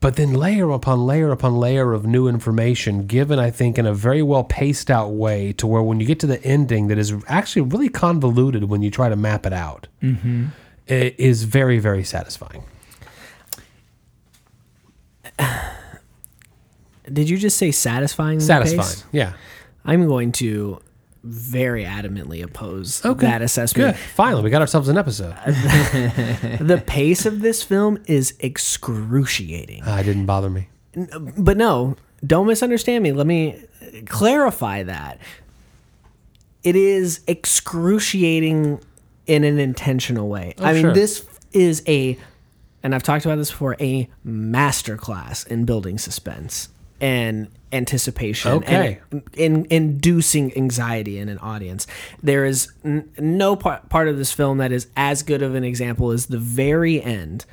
B: but then layer upon layer upon layer of new information given, I think, in a very well paced out way to where when you get to the ending that is actually really convoluted when you try to map it out
C: Mm-hmm.
B: i- is very very satisfying.
C: Did you just say satisfying? with the pace?
B: Satisfying, yeah.
C: I'm going to very adamantly oppose that
B: Good.
C: assessment. Uh,
B: Finally, we got ourselves an episode.
C: the pace of this film is excruciating.
B: Ah, it didn't bother me.
C: But no, don't misunderstand me. Let me clarify that. It is excruciating in an intentional way. I mean,
B: Oh, sure.
C: this is a, and I've talked about this before, a masterclass in building suspense and anticipation
B: Okay.
C: and in, inducing anxiety in an audience. There is n- no part part of this film that is as good of an example as the very end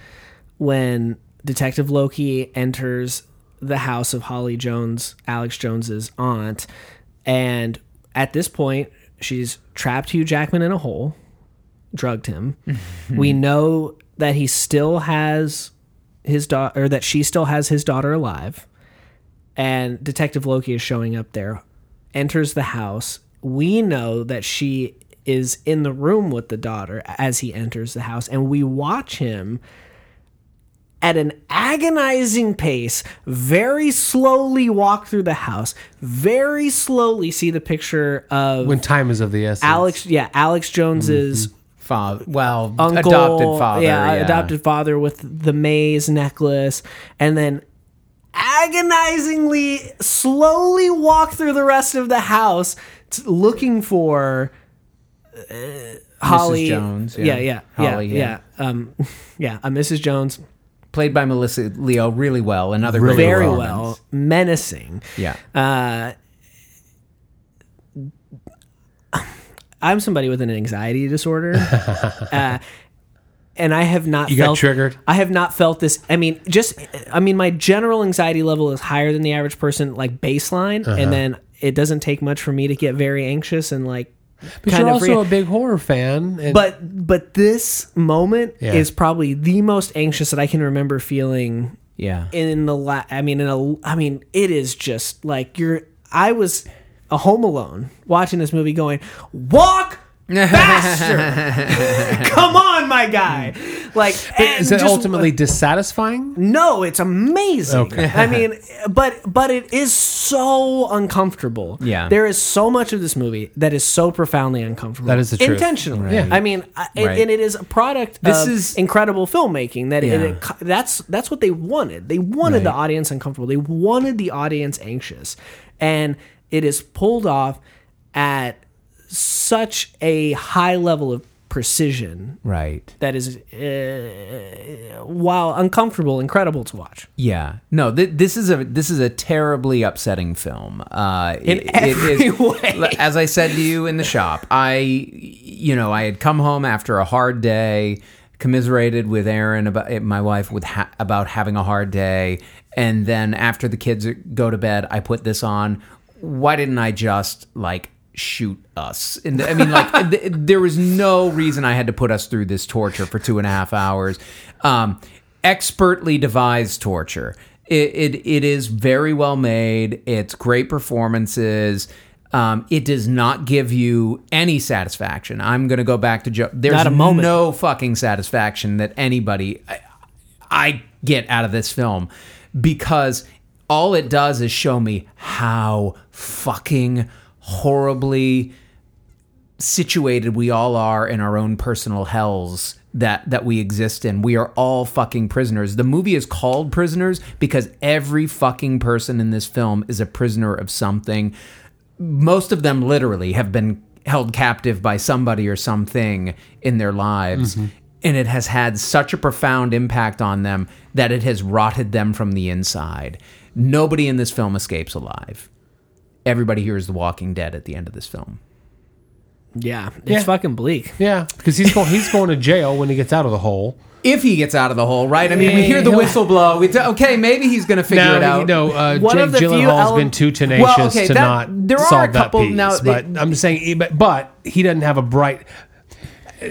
C: when Detective Loki enters the house of Holly Jones, Alex Jones's aunt, and at this point she's trapped Hugh Jackman in a hole drugged him. we know that he still has his daughter, or that she still has his daughter alive. And Detective Loki is showing up there, enters the house. We know that she is in the room with the daughter as he enters the house, and we watch him at an agonizing pace, very slowly walk through the house, very slowly see the picture of
B: When time is of the essence.
C: Alex, yeah, Alex Jones's
A: Father, well,
C: uncle,
A: adopted father.
C: yeah, adopted father with the maze necklace, and then agonizingly, slowly walk through the rest of the house, t- looking for uh, Holly
A: Jones, yeah.
C: yeah, yeah,
A: Holly,
C: yeah,
A: yeah.
C: yeah, um, yeah, a Mrs. Jones,
A: Played by Melissa Leo really well. Another
B: Really
A: great
C: very
A: performance.
C: well, Uh, menacing.
A: Yeah.
C: I'm somebody with an anxiety disorder. uh, and I have not
B: You got
C: felt
B: triggered?
C: I have not felt this. I mean, just I mean, my general anxiety level is higher than the average person, like baseline,
B: Uh-huh.
C: and then it doesn't take much for me to get very anxious and like
B: But
C: kind
B: you're
C: of.
B: also
C: rea-
B: a big horror fan. And
C: but but this moment
B: Yeah.
C: is probably the most anxious that I can remember feeling
A: yeah.
C: in the la- I mean in a I mean it is just like you're I was a home alone watching this movie going walk faster come on my guy like and
B: is that
C: just-
B: ultimately dissatisfying?
C: no it's amazing I mean but but it is so uncomfortable
A: Yeah.
C: there is so much of this movie that is so profoundly uncomfortable
B: That is the truth.
C: intentionally
B: Right.
C: I mean I, and-
A: Right.
C: and it is a product
A: This
C: of
A: is-
C: incredible filmmaking that it-
A: Yeah.
C: it co- that's that's what they wanted. They wanted the audience uncomfortable. They wanted the audience anxious, and it is pulled off at such a high level of precision
A: Right.
C: that is, uh, while uncomfortable, incredible to watch.
A: Yeah. No. Th- this is a this is a terribly upsetting film. Uh, In
C: every way.
A: As I said to you in the shop, I you know I had come home after a hard day, commiserated with Aaron about eh, my wife with ha- about having a hard day, and then after the kids go to bed, I put this on. Why didn't I just like? shoot us and i mean like th- there was no reason i had to put us through this torture for two and a half hours um expertly devised torture. It, it it is very well made. It's great performances. Um, it does not give you any satisfaction. I'm going to go back to Joe. There's
C: Not a moment.
A: no fucking satisfaction that anybody I, I get out of this film because all it does is show me how fucking horribly situated we all are in our own personal hells that that we exist in. We are all fucking prisoners. The movie is called Prisoners because every fucking person in this film is a prisoner of something. Most of them literally have been held captive by somebody or something in their lives. And it has had such a profound impact on them that it has rotted them from the inside. Nobody in this film escapes alive. Everybody here is the walking dead at the end of this film.
C: Yeah, it's
B: Yeah.
C: fucking bleak.
B: Yeah, because he's going he's going to jail when he gets out of the hole.
A: if he gets out of the hole, right? I mean, we hear the
B: Yeah.
A: whistle blow. We t- okay, maybe he's going to figure
B: Now,
A: it out.
B: No, uh,
C: One
B: Jake
C: of the few
B: Gyllenhaal's
C: ele-
B: been too tenacious
A: Well, okay,
B: to
A: that-
B: not
A: there are a
B: solve
A: couple-
B: that piece.
A: now,
B: but
A: it-
B: I'm just saying, e, but, but he doesn't have a bright.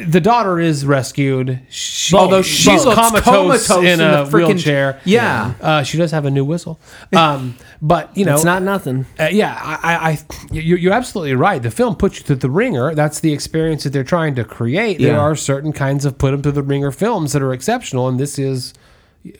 B: The daughter is rescued, she,
A: Although she looks comatose in
B: a
A: the freaking-
B: wheelchair.
A: Yeah.
B: uh, she does have a new whistle. Um, but you know,
C: It's not nothing.
B: uh, yeah, I, I, I you, you're absolutely right. The film puts you through the ringer. That's the experience that they're trying to create.
A: Yeah.
B: There are certain kinds of put them through the ringer films that are exceptional, and this is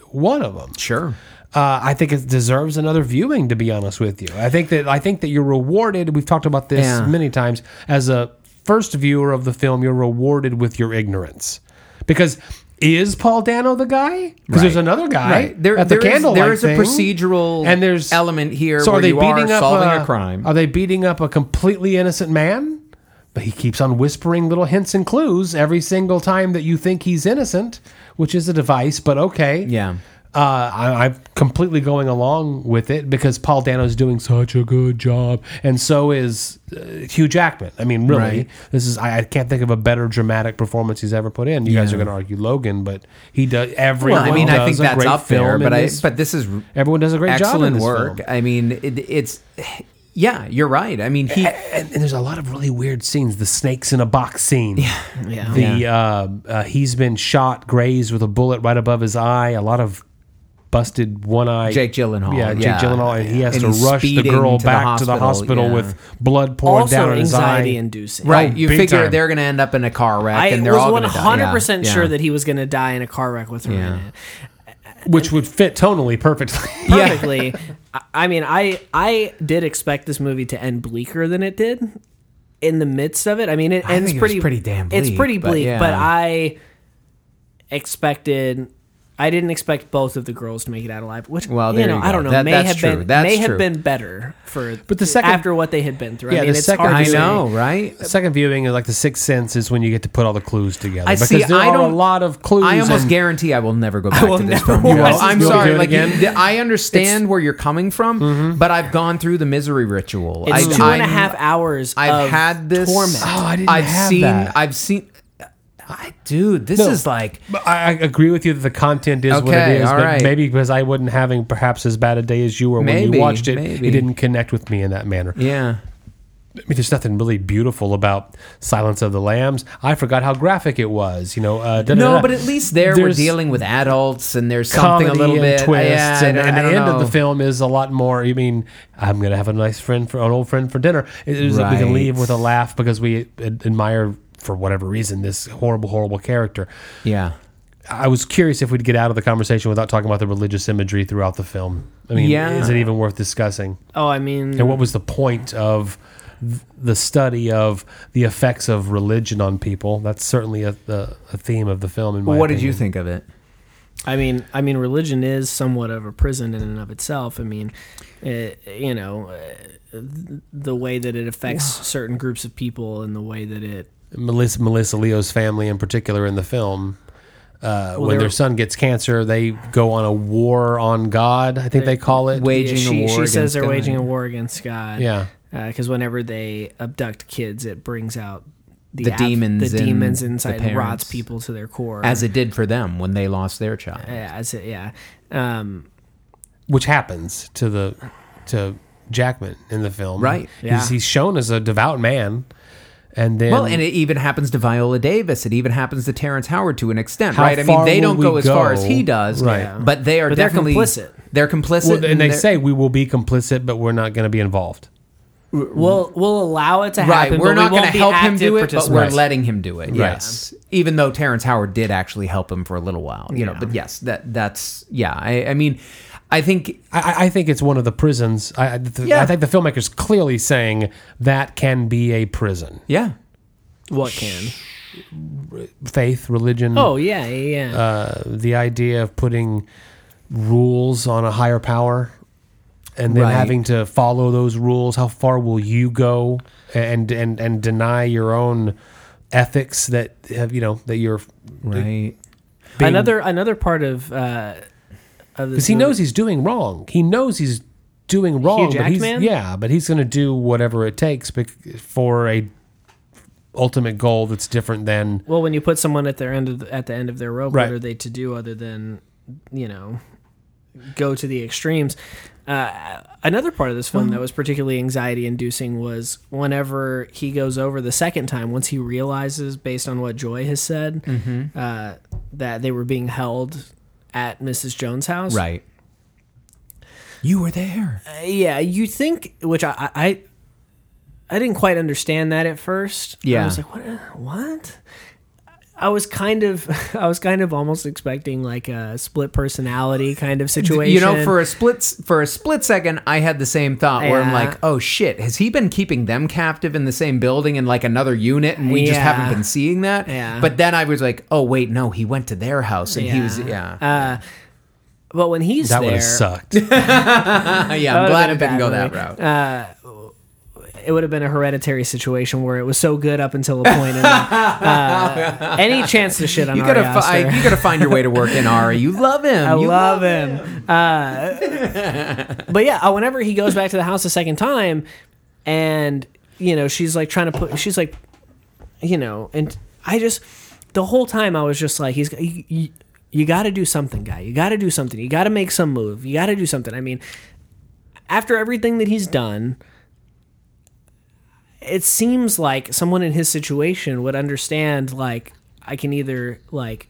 B: one of them.
A: Sure.
B: Uh, I think it deserves another viewing. To be honest with you, I think that I think that you're rewarded. We've talked about this
A: Yeah.
B: many times. As a first viewer of the film, you're rewarded with your ignorance because is Paul Dano the guy? Because there's
A: Right.
B: another guy
A: Right. There-
B: at the
A: there is-
B: candlelight
A: there is a
B: thing.
A: procedural element here
B: So
A: where
B: are they
A: you are
B: beating up uh,
A: solving a crime.
B: Are they beating up a completely innocent man? But he keeps on whispering little hints and clues every single time that you think he's innocent, which is a device. But okay,
A: Yeah.
B: uh, I, I'm completely going along with it because Paul Dano's doing such a good job, and so is uh, Hugh Jackman. I mean, really,
A: Right.
B: this is I, I can't think of a better dramatic performance he's ever put in. You guys are going to argue Logan, but he does. Everyone
A: Well, I mean,
B: does
A: I think
B: a
A: that's
B: great
A: up
B: film
A: there,
B: in
A: but I
B: this.
A: but this is
B: everyone does a great job. in
A: excellent
B: this
A: work.
B: film.
A: I mean, it, it's yeah, you're right. I mean, he
C: Eh,
B: And, and there's a lot of really weird scenes. The snakes in a box scene. Yeah.
C: Yeah.
B: The uh, uh, he's been shot, grazed with a bullet right above his eye. A lot of busted one eye.
A: Jake Gyllenhaal.
B: Yeah, Jake Gyllenhaal, and he has
A: And
B: to
A: he's
B: rush the
A: speeding
B: girl
A: to the
B: back to the
A: hospital,
B: hospital
A: yeah.
B: with blood pouring down
C: Also
B: on his
C: anxiety
B: eye.
C: inducing.
A: Right,
B: Oh,
A: you
B: big
A: figure
B: time.
A: they're going to end up in a car wreck,
C: I
A: and they're
C: was
A: all
C: one
A: going to
C: hundred percent
A: yeah.
C: sure that he was going to die in a car wreck with her
A: Yeah.
C: in it.
B: which would fit tonally perfectly.
A: Yeah.
C: perfectly. I- I mean, I I did expect this movie to end bleaker than it did. In the midst of it, I mean, it
A: I
C: ends
A: think it was
C: pretty
A: pretty damn
C: It's
A: bleak,
C: pretty
A: but
C: bleak, but,
A: yeah.
C: I expected. I didn't expect both of the girls to make it out alive, which
A: Well,
C: well,
A: there
C: you know,
A: you
C: I
A: go.
C: don't know.
A: That-
C: may
A: that's
C: have
A: true.
C: been
A: That's
C: may
A: true.
C: have been better for
B: But the second-
C: after what they had been through.
B: Yeah,
C: I mean,
B: the
C: it's
B: second-
C: hard
A: I
C: to say.
A: know, right?
B: Second viewing is like the sixth sense is when you get to put all the clues together
A: I
B: because
A: see,
B: there
A: I
B: are a
A: don't-
B: lot of clues.
A: I almost
B: and-
A: guarantee I will never go back
C: will
A: to this
C: never
A: film. You
C: watch
A: will?
C: this
A: I'm
B: movie
A: sorry.
B: again.
A: Like you- I understand where you're coming from, but I've gone through the misery ritual.
C: It's
A: I,
C: two and a half
A: I-
C: hours.
A: I've
C: of
A: had this.
C: torment.
B: Oh, I didn't
A: I've
B: have
A: seen.
B: that.
A: I've seen. I, dude, this
B: No.
A: is like.
B: But I, I agree with you that the content is what
A: Okay,
B: it is,
A: all
B: but
A: right.
B: maybe because I wasn't having perhaps as bad a day as you were when
A: Maybe,
B: you watched it,
A: maybe.
B: it didn't connect with me in that manner.
A: Yeah.
B: I mean, there's nothing really beautiful about Silence of the Lambs. I forgot how graphic it was. You know, uh,
A: No,
B: da-da-da-da.
A: but at least there we're
B: There's
A: dealing with adults, and there's
B: comedy
A: something a little
B: and
A: bit
B: twists,
A: Yeah, I
B: and,
A: don't-
B: and
A: I
B: the
A: don't
B: end of the
A: know.
B: film is a lot more. You mean I'm gonna have a nice friend for an old friend for dinner. It is that we
A: Right.
B: can leave with a laugh because we ad- admire for whatever reason this horrible, horrible character.
A: Yeah.
B: I was curious if we'd get out of the conversation without talking about the religious imagery throughout the film. I mean,
A: Yeah.
B: is it even worth discussing?
C: Oh, I mean,
B: And what was the point of th- the study of the effects of religion on people? That's certainly a, a, a theme of the film. In my
A: What did you
B: opinion.
A: think of it?
C: I mean, I mean, religion is somewhat of a prison in and of itself. I mean, eh, you know, eh, th- the way that it affects certain groups of people and the way that it.
B: Melissa Melissa Leo's family in particular in the film. Uh, when
C: they're-
B: their son gets cancer, they go on a war on God. I think they call it.
A: Waging
C: she,
A: a war.
C: she says
A: against
C: they're
A: God.
C: waging a war against God.
B: Yeah.
C: because whenever they abduct kids, it brings out the,
A: The
C: ab-
A: demons
C: the
A: in
C: demons
A: the
C: inside, and rots
A: parents.
C: people to their core.
A: as it did for them when they lost their child.
C: yeah, as it, yeah. Um,
B: which happens to the to Jackman in the film.
A: Right.
B: He's,
C: Yeah.
B: he's shown as a devout man, and then
A: Well, and it even happens to Viola Davis. It even happens to Terrence Howard to an extent,
B: How
A: right? I mean,
B: far
A: they
B: will
A: don't go
B: we
A: as far as he
B: go?
A: does,
B: Right. Yeah.
A: but they are
C: But they're
A: definitely
C: complicit.
A: They're complicit,
B: Well, and they
A: they're-
B: say we will be complicit, but we're not going to be involved.
C: we'll we'll allow it to happen.
A: right. We're
C: but
A: not
C: we
A: going to
C: won't be
A: help him
C: active
A: do it, but
C: participants.
A: we're
B: Right.
A: letting him do it. Yes, even though Terrence Howard did actually help him for a little while, you know.
C: Yeah.
A: But yes, that that's yeah. I, I mean, I think
B: I, I- I think it's one of the prisons. I, I- th-
A: Yeah.
B: I think the filmmaker's clearly saying that can be a prison.
A: yeah,
C: what can?
B: Faith, religion,
C: Oh yeah, yeah. yeah.
B: uh, the idea of putting rules on a higher power and then
A: Right.
B: having to follow those rules how far will you go and and and deny your own ethics that have you know that you're
A: right.
C: another another part of uh, of this
B: because he
C: movie-
B: knows he's doing wrong he knows he's doing wrong but he's
C: Jackman?
B: yeah but he's going to do whatever it takes bec- for a ultimate goal that's different than
C: Well, when you put someone at their end of the, at the end of their rope,
B: Right.
C: what are they to do other than you know go to the extremes? Uh, another part of this film that was particularly anxiety inducing was whenever he goes over the second time, once he realizes, based on what Joy has said,
B: Mm-hmm.
C: uh, that they were being held at Mrs. Jones' house.
A: Right. You were there.
C: yeah you think which i i I- i didn't quite understand that at first
A: Yeah.
C: i was like what what i was kind of i was kind of almost expecting like a split personality kind of situation
A: You know, for a split s- for a split second, I had the same thought where I'm
C: Yeah.
A: like, "Oh shit, has he been keeping them captive in the same building in like another unit, and we just
C: Yeah.
A: haven't been seeing that?"
C: Yeah.
A: But then I was like, "Oh wait, no, he went to their house, and he was yeah,
C: uh but when he's
B: that would
C: there
B: have sucked
A: yeah." I'm
C: would've
A: glad
C: been
A: it
C: a
A: didn't
C: bad
A: go that
C: movie.
A: route.
C: it would have been a hereditary situation where it was so good up until a point and then, uh, any chance to shit on
A: you
C: Ari
A: gotta fi-
C: Aster.
A: you gotta find your way to work in Ari. You love him.
C: I
A: you
C: love, him. Uh, but yeah, uh, whenever he goes back to the house the second time, and you know she's like trying to put, she's like, you know, and I just the whole time I was just like, he's you, you, you got to do something, guy. You got to do something. You got to make some move. You got to do something. I mean, after everything that he's done, it seems like someone in his situation would understand like I can either like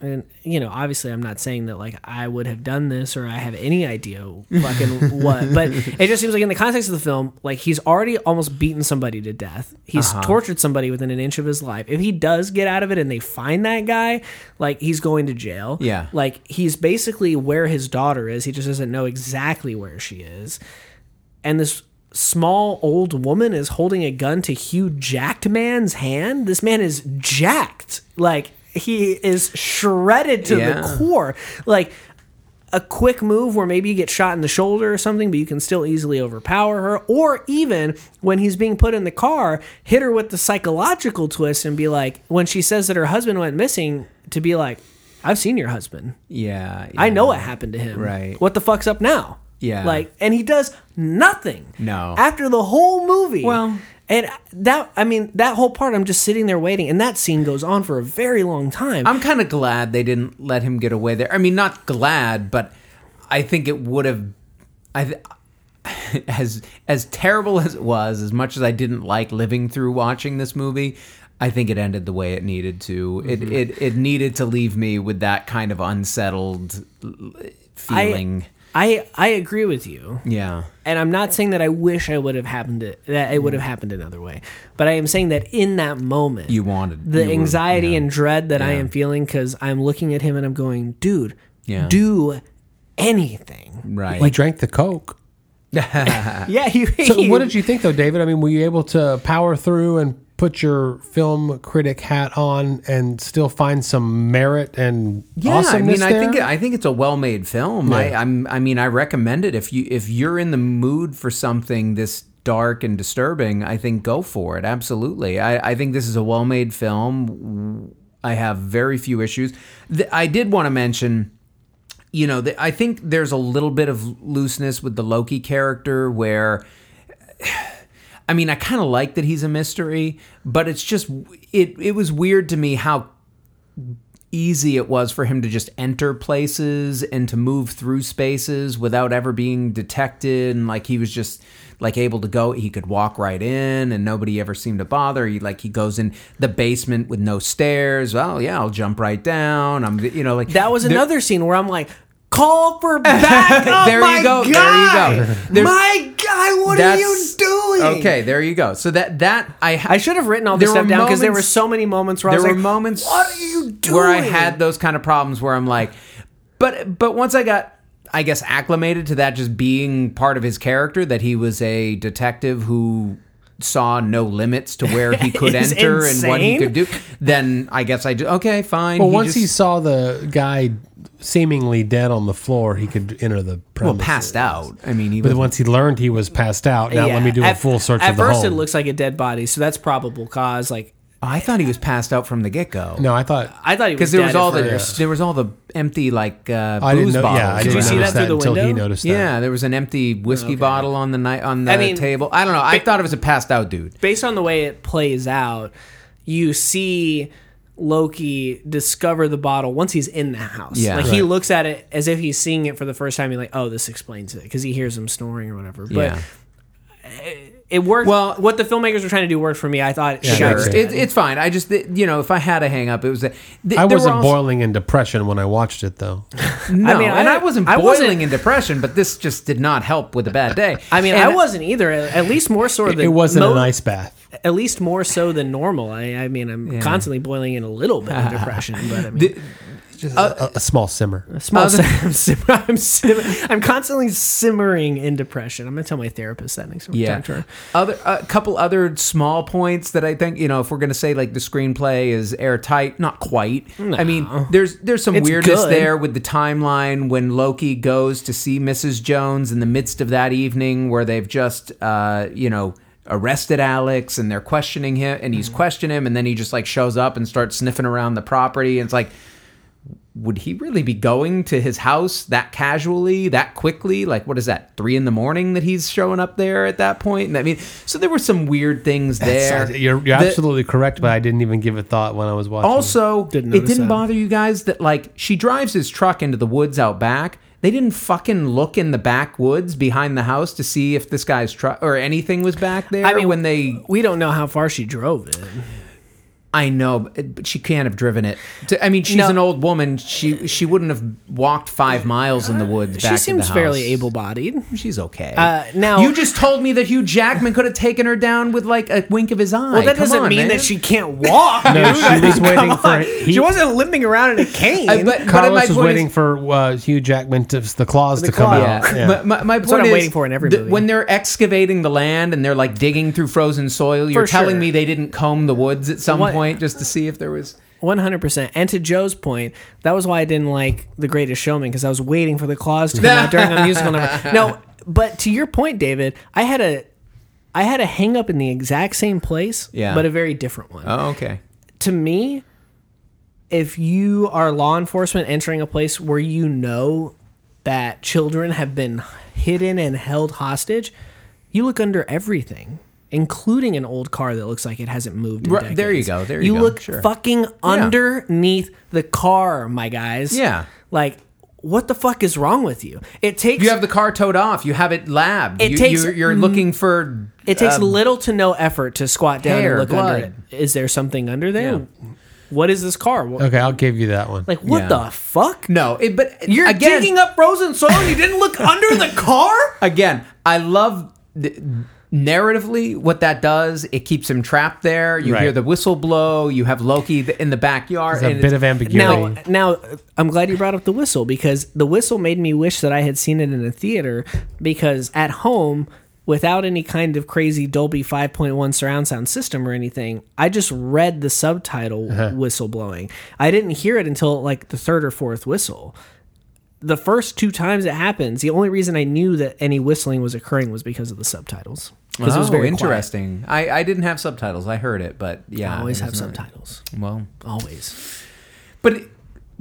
C: and you know obviously i'm not saying that like i would have done this or i have any idea fucking what but it just seems like in the context of the film like he's already almost beaten somebody to death he's tortured somebody within an inch of his life if he does get out of it and they find that guy like he's going to jail
A: Yeah.
C: like he's basically where his daughter is he just doesn't know exactly where she is and this small old woman is holding a gun to Hugh Jacked man's hand. This man is jacked. Like he is shredded to
A: Yeah.
C: the core. Like a quick move where maybe you get shot in the shoulder or something, but you can still easily overpower her. Or even when he's being put in the car, hit her with the psychological twist and be like, when she says that her husband went missing, to be like, I've seen your husband.
A: Yeah,
C: I know
A: yeah.
C: what happened to him.
A: Right.
C: What the fuck's up now?
A: Yeah.
C: Like, and he does nothing.
A: No.
C: After the whole movie.
A: Well-
C: and that, I mean, that whole part, I'm just sitting there waiting, and that scene goes on for a very long time.
A: I'm kind of glad they didn't let him get away there. I mean, not glad, but I think it would have. I th- as as terrible as it was, as much as I didn't like living through watching this movie, I think it ended the way it needed to.
C: Mm-hmm.
A: It it it needed to leave me with that kind of unsettled l- feeling.
C: I, I agree with you.
A: yeah.
C: and I'm not saying that I wish I would have happened it that it would have happened another way, but I am saying that in that moment,
A: You wanted-
C: the
A: you were-
C: anxiety and dread that I
A: Yeah.
C: am feeling because I'm looking at him and I'm going, dude,
A: Yeah.
C: do anything.
A: Right.
B: He drank the Coke.
A: Uh,
C: Yeah, you.
B: So what did you think though, David? I mean, were you able to power through and put your film critic hat on and still find some merit and
A: Yeah, I
B: awesomeness
A: mean, I
B: there?
A: think uh, I think it's a well-made film. I, I'm, I mean, I recommend it if you if you're in the mood for something this dark and disturbing. I think go for it. Absolutely, I, I think this is a well-made film. I have very few issues. Th- I did want to mention you know, th I think there's a little bit of looseness with the Loki character where. I mean, I kind of like that he's a mystery, but it's just it. It was weird to me how easy it was for him to just enter places and to move through spaces without ever being detected, and like he was just like able to go. He could walk right in, and nobody ever seemed to bother. He like he goes in the basement with no stairs. Well, yeah, I'll jump right down. I'm you know like
C: that was
A: there-
C: another scene where I'm like, call for back. oh
A: There you
C: my
A: go, there you
C: God!
A: go. There's-
C: my God, what are you
A: That's-
C: doing?
A: Okay, there you go. So that that I
C: I should have written all this
A: There
C: stuff
A: were
C: down because there were
A: moments-
C: so many moments where I
A: there
C: was
A: were
C: like,
A: moments
C: "What are you
A: where I
C: doing?"
A: had those kind of problems where I'm like, but but once I got I guess acclimated to that just being part of his character that he was a detective who saw no limits to where he could
C: Is
A: enter and what he
C: insane.
A: could do. Then I guess I do. Okay, fine.
B: Well, once he
A: just-
B: saw the guy seemingly dead on the floor, he could enter the
A: well,
B: premises.
A: passed out. I mean, he
B: But
A: was
B: once he learned he was passed out, now
C: Yeah.
B: let me do a
C: At-
B: full search
C: At
B: of the
C: first,
B: home.
C: it looks like a dead body, so that's probable cause. Like
A: I thought he was passed out from the get go.
B: no, I thought
C: I thought he was
A: because there
C: dead
A: was
C: at
A: all the
C: first.
A: there was all the empty like uh,
B: I didn't
A: booze
B: know.
A: bottles.
B: Yeah, I
C: Did
B: didn't
C: you see
B: notice
C: that through the
B: until he
C: window?
B: noticed that.
A: Yeah, there was an empty whiskey bottle on the night on the
C: I mean-
A: table. I don't know. I thought it was a passed out dude.
C: based on the way it plays out. You see Loki discover the bottle once he's in the house.
A: Yeah.
C: like he
A: Right.
C: looks at it as if he's seeing it for the first time. He's like, "Oh, this explains it," because he hears him snoring or whatever. But
A: Yeah.
C: it worked.
A: Well-
C: Well, what the filmmakers were trying to do worked for me. I thought,
B: Yeah,
C: sure,
B: I agree.
A: It, it's fine. I just you know if I had a hang up, it was that th-
B: I
A: there were
B: wasn't
A: also-
B: boiling in depression when I watched it, though.
A: No,
C: I mean,
A: and I,
C: I-
A: wasn't
C: I
A: boiling
C: wasn't-
A: in depression, but this just did not help with a bad day.
C: I mean,
A: And-
C: I wasn't either. At least more so than
B: It wasn't
C: mo-
B: an ice bath.
C: At least more so than normal. I, I mean, I'm constantly boiling in a little bit of depression, but I mean,
A: The-
B: Just
A: Uh,
B: a, a small simmer.
C: Small
A: Other-
C: sim- sim- I'm, sim- I'm constantly simmering in depression. I'm gonna tell my therapist that next time. I
A: yeah.
C: talk to her.
A: Other a couple other small points that I think you know if we're gonna say like the screenplay is airtight, not quite. I mean, there's there's some
C: It's
A: weirdness
C: good.
A: there with the timeline when Loki goes to see Mrs. Jones in the midst of that evening where they've just uh, you know arrested Alex and they're questioning him and
C: Mm.
A: he's questioning him and then he just like shows up and starts sniffing around the property and it's like would he really be going to his house that casually, that quickly? Like, what is that, three in the morning that he's showing up there at that point? And I mean, so there were some weird things there.
B: You're, you're
A: The- Oh,
B: absolutely correct, but I didn't even give it thought when I was watching.
A: Also,
C: Didn't
A: it
C: notice
A: didn't
C: that.
A: bother you guys that, like, she drives his truck into the woods out back. They didn't fucking look in the backwoods behind the house to see if this guy's truck or anything was back there.
C: I mean,
A: when they,
C: We don't know how far she drove it.
A: I know, but but she can't have driven it. To, I mean, she's
C: No.
A: an old woman. She she wouldn't have walked five miles in the woods. back
C: She
A: to the
C: seems fairly
A: house.
C: able-bodied.
A: She's okay.
C: Uh, now-
A: you just told me that Hugh Jackman could have taken her down with like a wink of his eye.
C: Well, that
A: Come
C: doesn't
A: on,
C: mean
A: man.
C: that she can't walk.
B: No,
C: dude.
B: she was waiting
C: Come
B: for
C: on.
B: he-
C: she wasn't limping around in a cane.
A: I- Uh, but, but my
B: Carlos was
A: point is-
B: waiting for uh, Hugh Jackman to the claws to
C: claw.
B: come
A: Yeah.
B: out. Yeah.
A: My, my, my point
C: That's what I'm
A: is,
C: waiting for in every
A: that
C: movie.
A: When they're excavating the land and they're like digging through frozen soil, you're
C: For
A: telling
C: sure.
A: me they didn't comb the woods at some
C: What-
A: point just to see if there was.
C: One hundred percent. And to Joe's point, that was why I didn't like The Greatest Showman because I was waiting for the claws to come out during a musical number. No, but to your point, David, I had a, I had a hang up in the exact same place,
A: Yeah.
C: but a very different one.
A: Oh, okay.
C: To me, if you are law enforcement entering a place where you know that children have been hidden and held hostage, you look under everything. Including an old car that looks like it hasn't moved. In
A: Right, there you
C: decades.
A: go, there you go,
C: look
A: sure.
C: fucking underneath the car, my guys.
A: Yeah.
C: Like, what the fuck is wrong with you? It takes
A: You have the car towed off. You have it labbed.
C: It
A: you,
C: takes-
A: you're, you're looking for.
C: it takes
A: um,
C: little to no effort to squat down
A: hair,
C: and look
A: blood.
C: under it. Is there something under there?
A: Yeah. Uh,
C: What is this car? What-
B: Okay, I'll give you that one.
C: Like, what
A: Yeah.
C: the fuck?
A: No, it, but
C: You're
A: again,
C: digging up frozen soil and you didn't look under the car?
A: again, I love th- narratively what that does. It keeps him trapped there. You
B: Right.
A: hear the whistle blow. You have Loki th- in the backyard.
B: There's a
A: and
B: bit
A: it's-
B: of ambiguity.
C: Now, now, I'm glad you brought up the whistle because the whistle made me wish that I had seen it in a theater because at home, without any kind of crazy Dolby 5.1 surround sound system or anything, I just read the subtitle
A: Uh-huh.
C: whistle blowing. I didn't hear it until like the third or fourth whistle. The first two times it happens, the only reason I knew that any whistling was occurring was because of the subtitles. Because it was
A: Oh,
C: very quiet.
A: interesting. I, I didn't have subtitles. I heard it, but yeah,
C: I always
A: it
C: have
A: wasn't-
C: subtitles.
A: Well,
C: Always.
A: But it-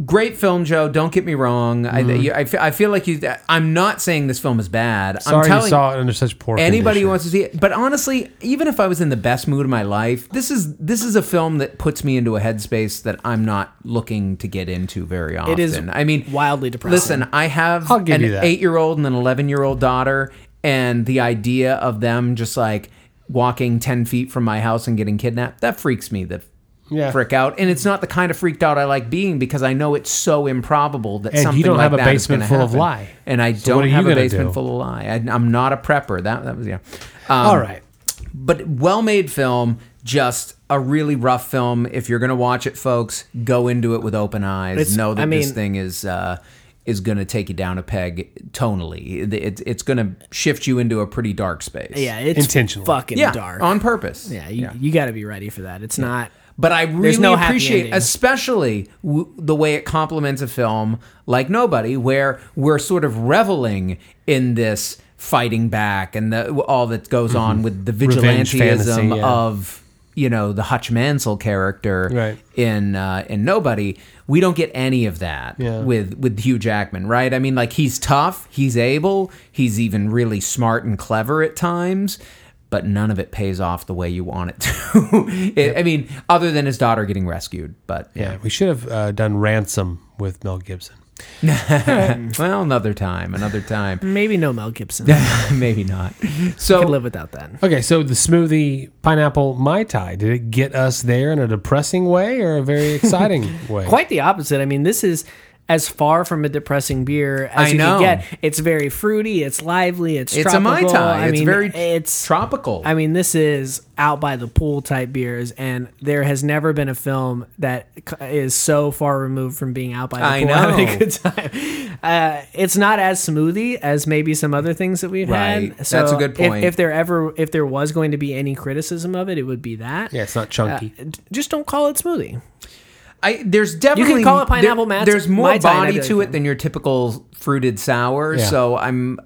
A: great film, Joe. Don't get me wrong. I- you-
C: Mm-hmm.
A: I, fe- I feel like you. I'm not saying this film is bad. I'm
B: Sorry
A: telling
B: you saw it under such poor
A: anybody who
B: condition.
A: wants to see it. But honestly, even if I was in the best mood of my life, this is this is a film that puts me into a headspace that I'm not looking to get into very often.
C: It is
A: I mean,
C: wildly depressing.
A: Listen, I have
B: I'll give
A: an
B: you that.
A: eight year old and an 11 year old daughter, and the idea of them just like walking 10 feet from my house and getting kidnapped, that freaks me the
B: Yeah.
A: frick out. And it's not the kind of freaked out I like being because I know it's so improbable that
B: And you
A: something
B: don't
A: like
B: have a
A: that is
B: basement
A: gonna
B: full of
A: happen.
B: lie.
A: And I
B: what
A: don't
B: are you
A: have a
B: gonna
A: basement
B: do?
A: full of lie. I, I'm not a prepper. That, that was, yeah. Um,
B: All right.
A: but well made film just a really rough film if you're gonna watch it folks go into it with open eyes
C: It's-
A: know that
C: I
A: this
C: mean-
A: thing is uh is gonna take you down a peg tonally it, it- it's gonna shift you into a pretty dark space
C: Yeah, it's
B: Intentionally.
C: fucking
A: yeah
C: dark.
A: on purpose
C: yeah, you, you got to be ready for that. It's not.
A: but I really
C: no happy
A: appreciate,
C: ending.
A: especially w- the way it complements a film like Nobody, where we're sort of reveling in this fighting back and the, all that goes on with the
B: Mm-hmm. Revenge
A: vigilantism
B: fantasy, yeah.
A: of you know the Hutch Mansell character
B: Right.
A: in uh, in Nobody. We don't get any of that
B: Yeah.
A: with with Hugh Jackman, right? I mean, like he's tough, he's able, he's even really smart and clever at times, but none of it pays off the way you want it to. It- I mean, other than his daughter getting rescued, but
B: Yeah, we should have uh, done Ransom with Mel Gibson.
A: well, another time, another time,
C: Maybe no Mel Gibson. I
A: maybe not. So
C: could live without that.
B: Okay, so the smoothie pineapple mai tai did it get us there in a depressing way or a very exciting way?
C: Quite the opposite. I mean, this is as far from a depressing beer
A: I
C: as you
A: know.
C: can get. It's very fruity. It's lively. It's
A: it's a mai
C: tropical.
A: tai.
C: I
A: It's
C: mean,
A: very
C: it's.
A: tropical.
C: I mean, this is out by the pool type beers, and there has never been a film that c- is so far removed from being out by the
A: I
C: pool having
A: know.
C: a good time. Uh, it's not as smoothie as maybe some other things that we've
A: Right.
C: had.
A: That's
C: So
A: a good
C: if-
A: point.
C: If, there ever, if there was going to be any criticism of it, it would be that.
B: Yeah, it's not chunky.
C: D- Just don't call it smoothie.
A: I there's definitely
C: call it pineapple
A: there-
C: mats-
A: There's more
C: Mai Tai and
A: body
C: I'd be
A: to
C: like,
A: it than your typical fruited sour.
B: Yeah.
A: So I'm.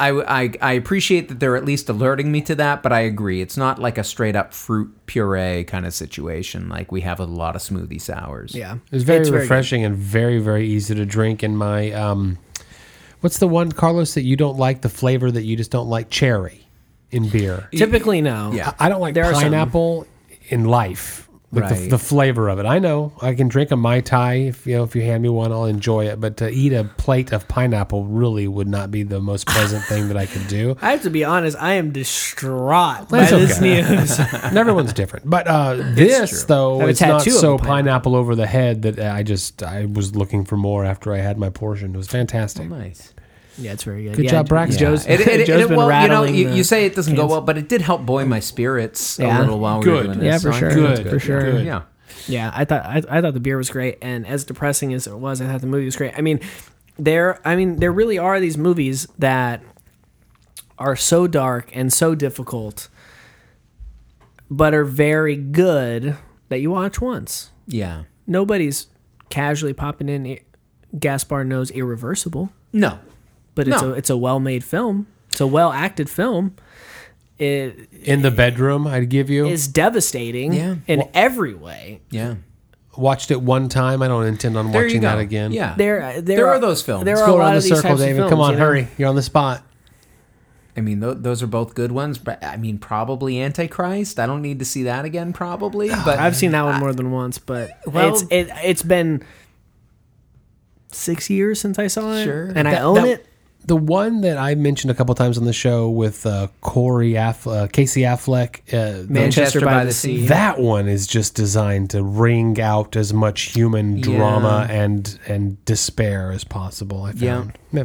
A: I, I, I appreciate that they're at least alerting me to that, but I agree. It's not like a straight up fruit puree kind of situation like we have with a lot of smoothie sours.
C: Yeah,
B: It was very
C: It's good.
B: refreshing and very very easy to drink. And my um, what's the one Carlos that you don't like the flavor that you just don't like cherry in beer?
C: Typically, no.
A: Yeah.
B: I don't like
C: There are some.
B: pineapple in life. like the,
A: Right.
B: the flavor of it. I know I can drink a mai tai if you know if you hand me one, I'll enjoy it. But to eat a plate of pineapple really would not be the most pleasant thing that I could do.
C: I have to be honest. I am distraught by
B: That's
C: this
B: okay.
C: news.
B: And everyone's different, but uh, this
A: true.
B: though
C: I have a
B: it's not
C: tattoo of a
B: so
C: pineapple.
B: pineapple over the head that I just I was looking for more after I had my portion. It was
C: Oh
B: fantastic.
A: Nice.
C: yeah, it's very good.
B: Good
C: yeah,
B: job, Braxton.
C: Joe's,
A: It, it, it,
C: Joe's
A: it-
C: been
A: well, you know,
C: rattling.
A: you,
C: the-
A: you say it doesn't go
C: cans.
A: well, but it did help buoy my spirits
C: Yeah.
A: a little while we were
B: Good.
A: doing this.
C: Yeah, for
A: so I'm
C: sure.
A: glad it's
B: Good,
C: for sure.
B: good.
A: Yeah.
C: Yeah, I thought I, I thought the beer was great, and as depressing as it was, I thought the movie was great. I mean, there I mean there really are these movies that are so dark and so difficult, but are very good that you watch once.
A: Yeah.
C: Nobody's casually popping in. I- Gaspar knows irreversible,
A: No.
C: but it's
A: No.
C: a it's a well made film. It's a well acted film. It
B: In the bedroom, I'd give you
C: is devastating
A: Yeah.
C: in every way.
A: Yeah.
B: watched it one time. I don't intend on
A: There you
B: watching
A: go.
B: that again.
A: Yeah.
C: There, there,
A: There are those films.
C: There
A: Let's
C: are
B: Go
C: a lot
B: around the
C: of these
B: circle,
C: type of
B: David.
C: films,
B: Come on,
C: you know?
B: hurry. You're on the spot.
A: I mean, th- those are both good ones, but I mean, probably Antichrist. I don't need to see that again, probably. But
C: I've seen that one more than once, but
A: Well-
C: it's it, it's been six years since I saw it,
A: Sure.
C: and I
B: That-
C: own
B: that-
C: it.
B: The one that I mentioned a couple times on the show with uh, Corey Aff- uh, Casey Affleck, uh, the-
A: Manchester by the Sea.
B: that one is just designed to wring out as much human drama and and despair as possible. I
A: Yeah.
B: found. Yeah.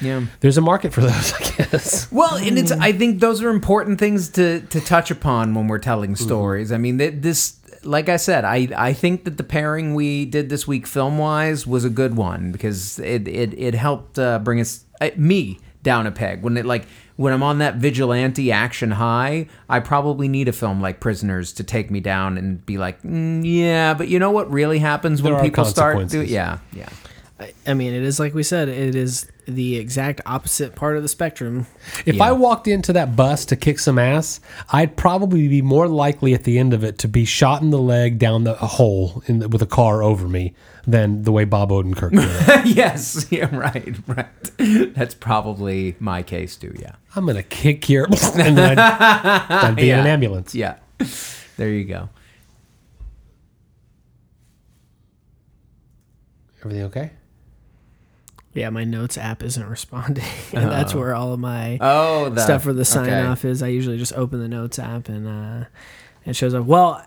A: yeah.
B: There's a market for those, I guess.
A: Well, and it's
B: Hmm.
A: I think those are important things to to touch upon when we're telling
B: Mm-hmm.
A: stories. I mean, th- this like I said, I I think that the pairing we did this week film wise was a good one because it it it helped uh, bring us uh, me down a peg when it like when I'm on that vigilante action high, I probably need a film like Prisoners to take me down and be like, mm, yeah, but you know what really happens
B: There
A: when
B: are
A: people start do
B: consequences.
A: yeah, yeah.
C: I- I mean, it is like we said, it is the exact opposite part of the spectrum.
B: If I walked into that bus to kick some ass, I'd probably be more likely at the end of it to be shot in the leg down the a hole in the, with a car over me than the way Bob Odenkirk did. it.
A: yes, yeah, right, right. That's probably my case too, yeah.
B: I'm gonna kick your and then I'd, I'd be in an
A: Yeah.
B: ambulance.
A: Yeah. There you go.
B: Everything okay?
C: Yeah, my notes app isn't responding, and that's where all of my
A: Oh, the
C: stuff for the sign
A: okay.
C: off is. I usually just open the notes app and uh, it shows up. Well,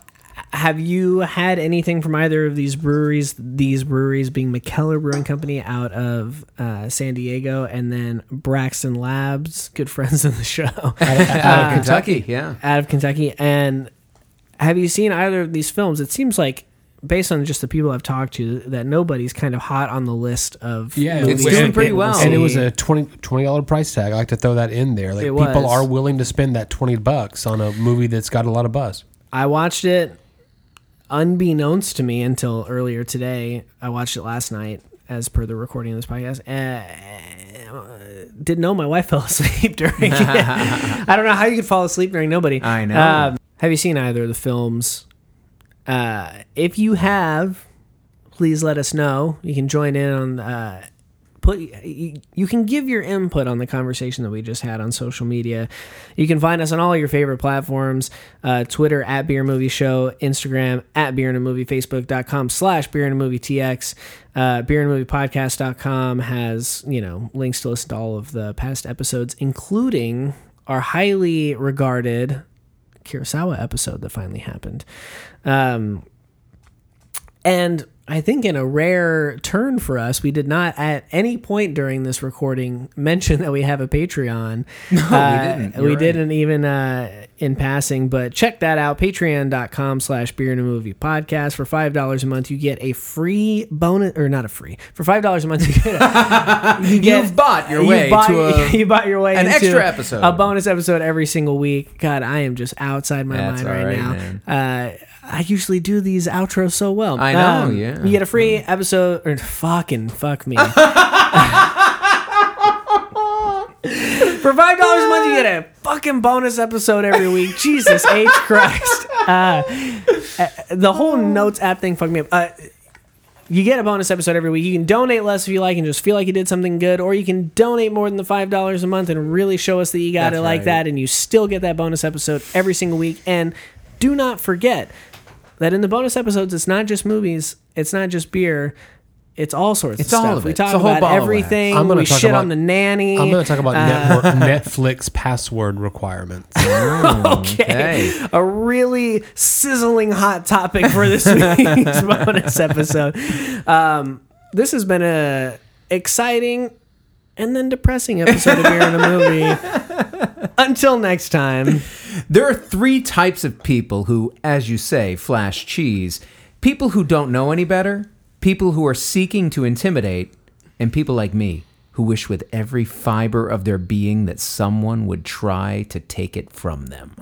C: have you had anything from either of these breweries? These breweries being McKellar Brewing Company out of uh, San Diego, and then Braxton Labs, good friends of the show, uh,
A: Out of Kentucky. Yeah.
C: out of Kentucky. And have you seen either of these films? It seems like. Based on just the people I've talked to, that nobody's kind of hot on the list of
B: Yeah,
A: It's
C: movies
A: doing
C: that
A: pretty
C: people
A: well.
C: see.
B: And it was a 20 dollar price tag. I like to throw that in there. Like
C: It
B: people
C: was.
B: are willing to spend that twenty bucks on a movie that's got a lot of buzz.
C: I watched it unbeknownst to me until earlier today. I watched it last night as per the recording of this podcast. Uh, didn't know my wife fell asleep during it. I don't know how you could fall asleep during nobody. Um,
A: I know.
C: have you seen either of the films? Uh, if you have, please let us know. You can join in on uh, put you, you can give your input on the conversation that we just had on social media. You can find us on all your favorite platforms: uh, Twitter at Beer Movie Show, Instagram at Beer and a Movie, Facebook.com slash Beer and a Movie TX, uh, Beer and a Movie Podcast.com has you know links to listen to all of the past episodes, including our highly regarded Kurosawa episode that finally happened. Um, and I think in a rare turn for us, we did not at any point during this recording mention that we have a Patreon. No,
A: didn't. You're
C: We
A: right.
C: didn't even uh, in passing, but check that out. Patreon.com slash beer and a movie podcast. For $5 a month, you get a free bonus, or not a free. For $5 a month, you get a, you get,
A: You've bought your way
C: you bought,
A: to a-
C: you bought your way
A: an
C: into
A: extra episode.
C: a bonus episode every single week. God, I am just outside my
A: That's
C: mind
A: all
C: right,
A: right,
C: now. Uh, I usually do these outros so well. Um,
A: I know, yeah.
C: You get a free episode, or fucking fuck me. For five dollars a month, you get a fucking bonus episode every week. Jesus H Christ! Uh, uh, the
A: Oh.
C: whole notes app thing fucked me up. Uh, you get a bonus episode every week. You can donate less if you like and just feel like you did something good, or you can donate more than the five dollars a month and really show us that you got
A: That's
C: it like
A: right.
C: that, and you still get that bonus episode every single week. And do not forget, that in the bonus episodes, it's not just movies, it's not just beer. It's all sorts
A: It's
C: of
A: all
C: stuff.
A: of it.
C: We
A: It's a
C: talk
A: whole
C: about
A: ball of wax.
C: everything.
B: I'm gonna
C: we
B: talk
C: shit
B: about-
C: on the nanny.
B: I'm going to talk about
C: Uh,
B: network, Netflix password requirements.
C: Okay. A really sizzling hot topic for this week's bonus episode. Um, this has been a exciting and then depressing episode of Beer in a Movie. Until next time.
A: There are three types of people who, as you say, flash cheese people who don't know any better, people who are seeking to intimidate, and people like me who wish with every fiber of their being that someone would try to take it from them.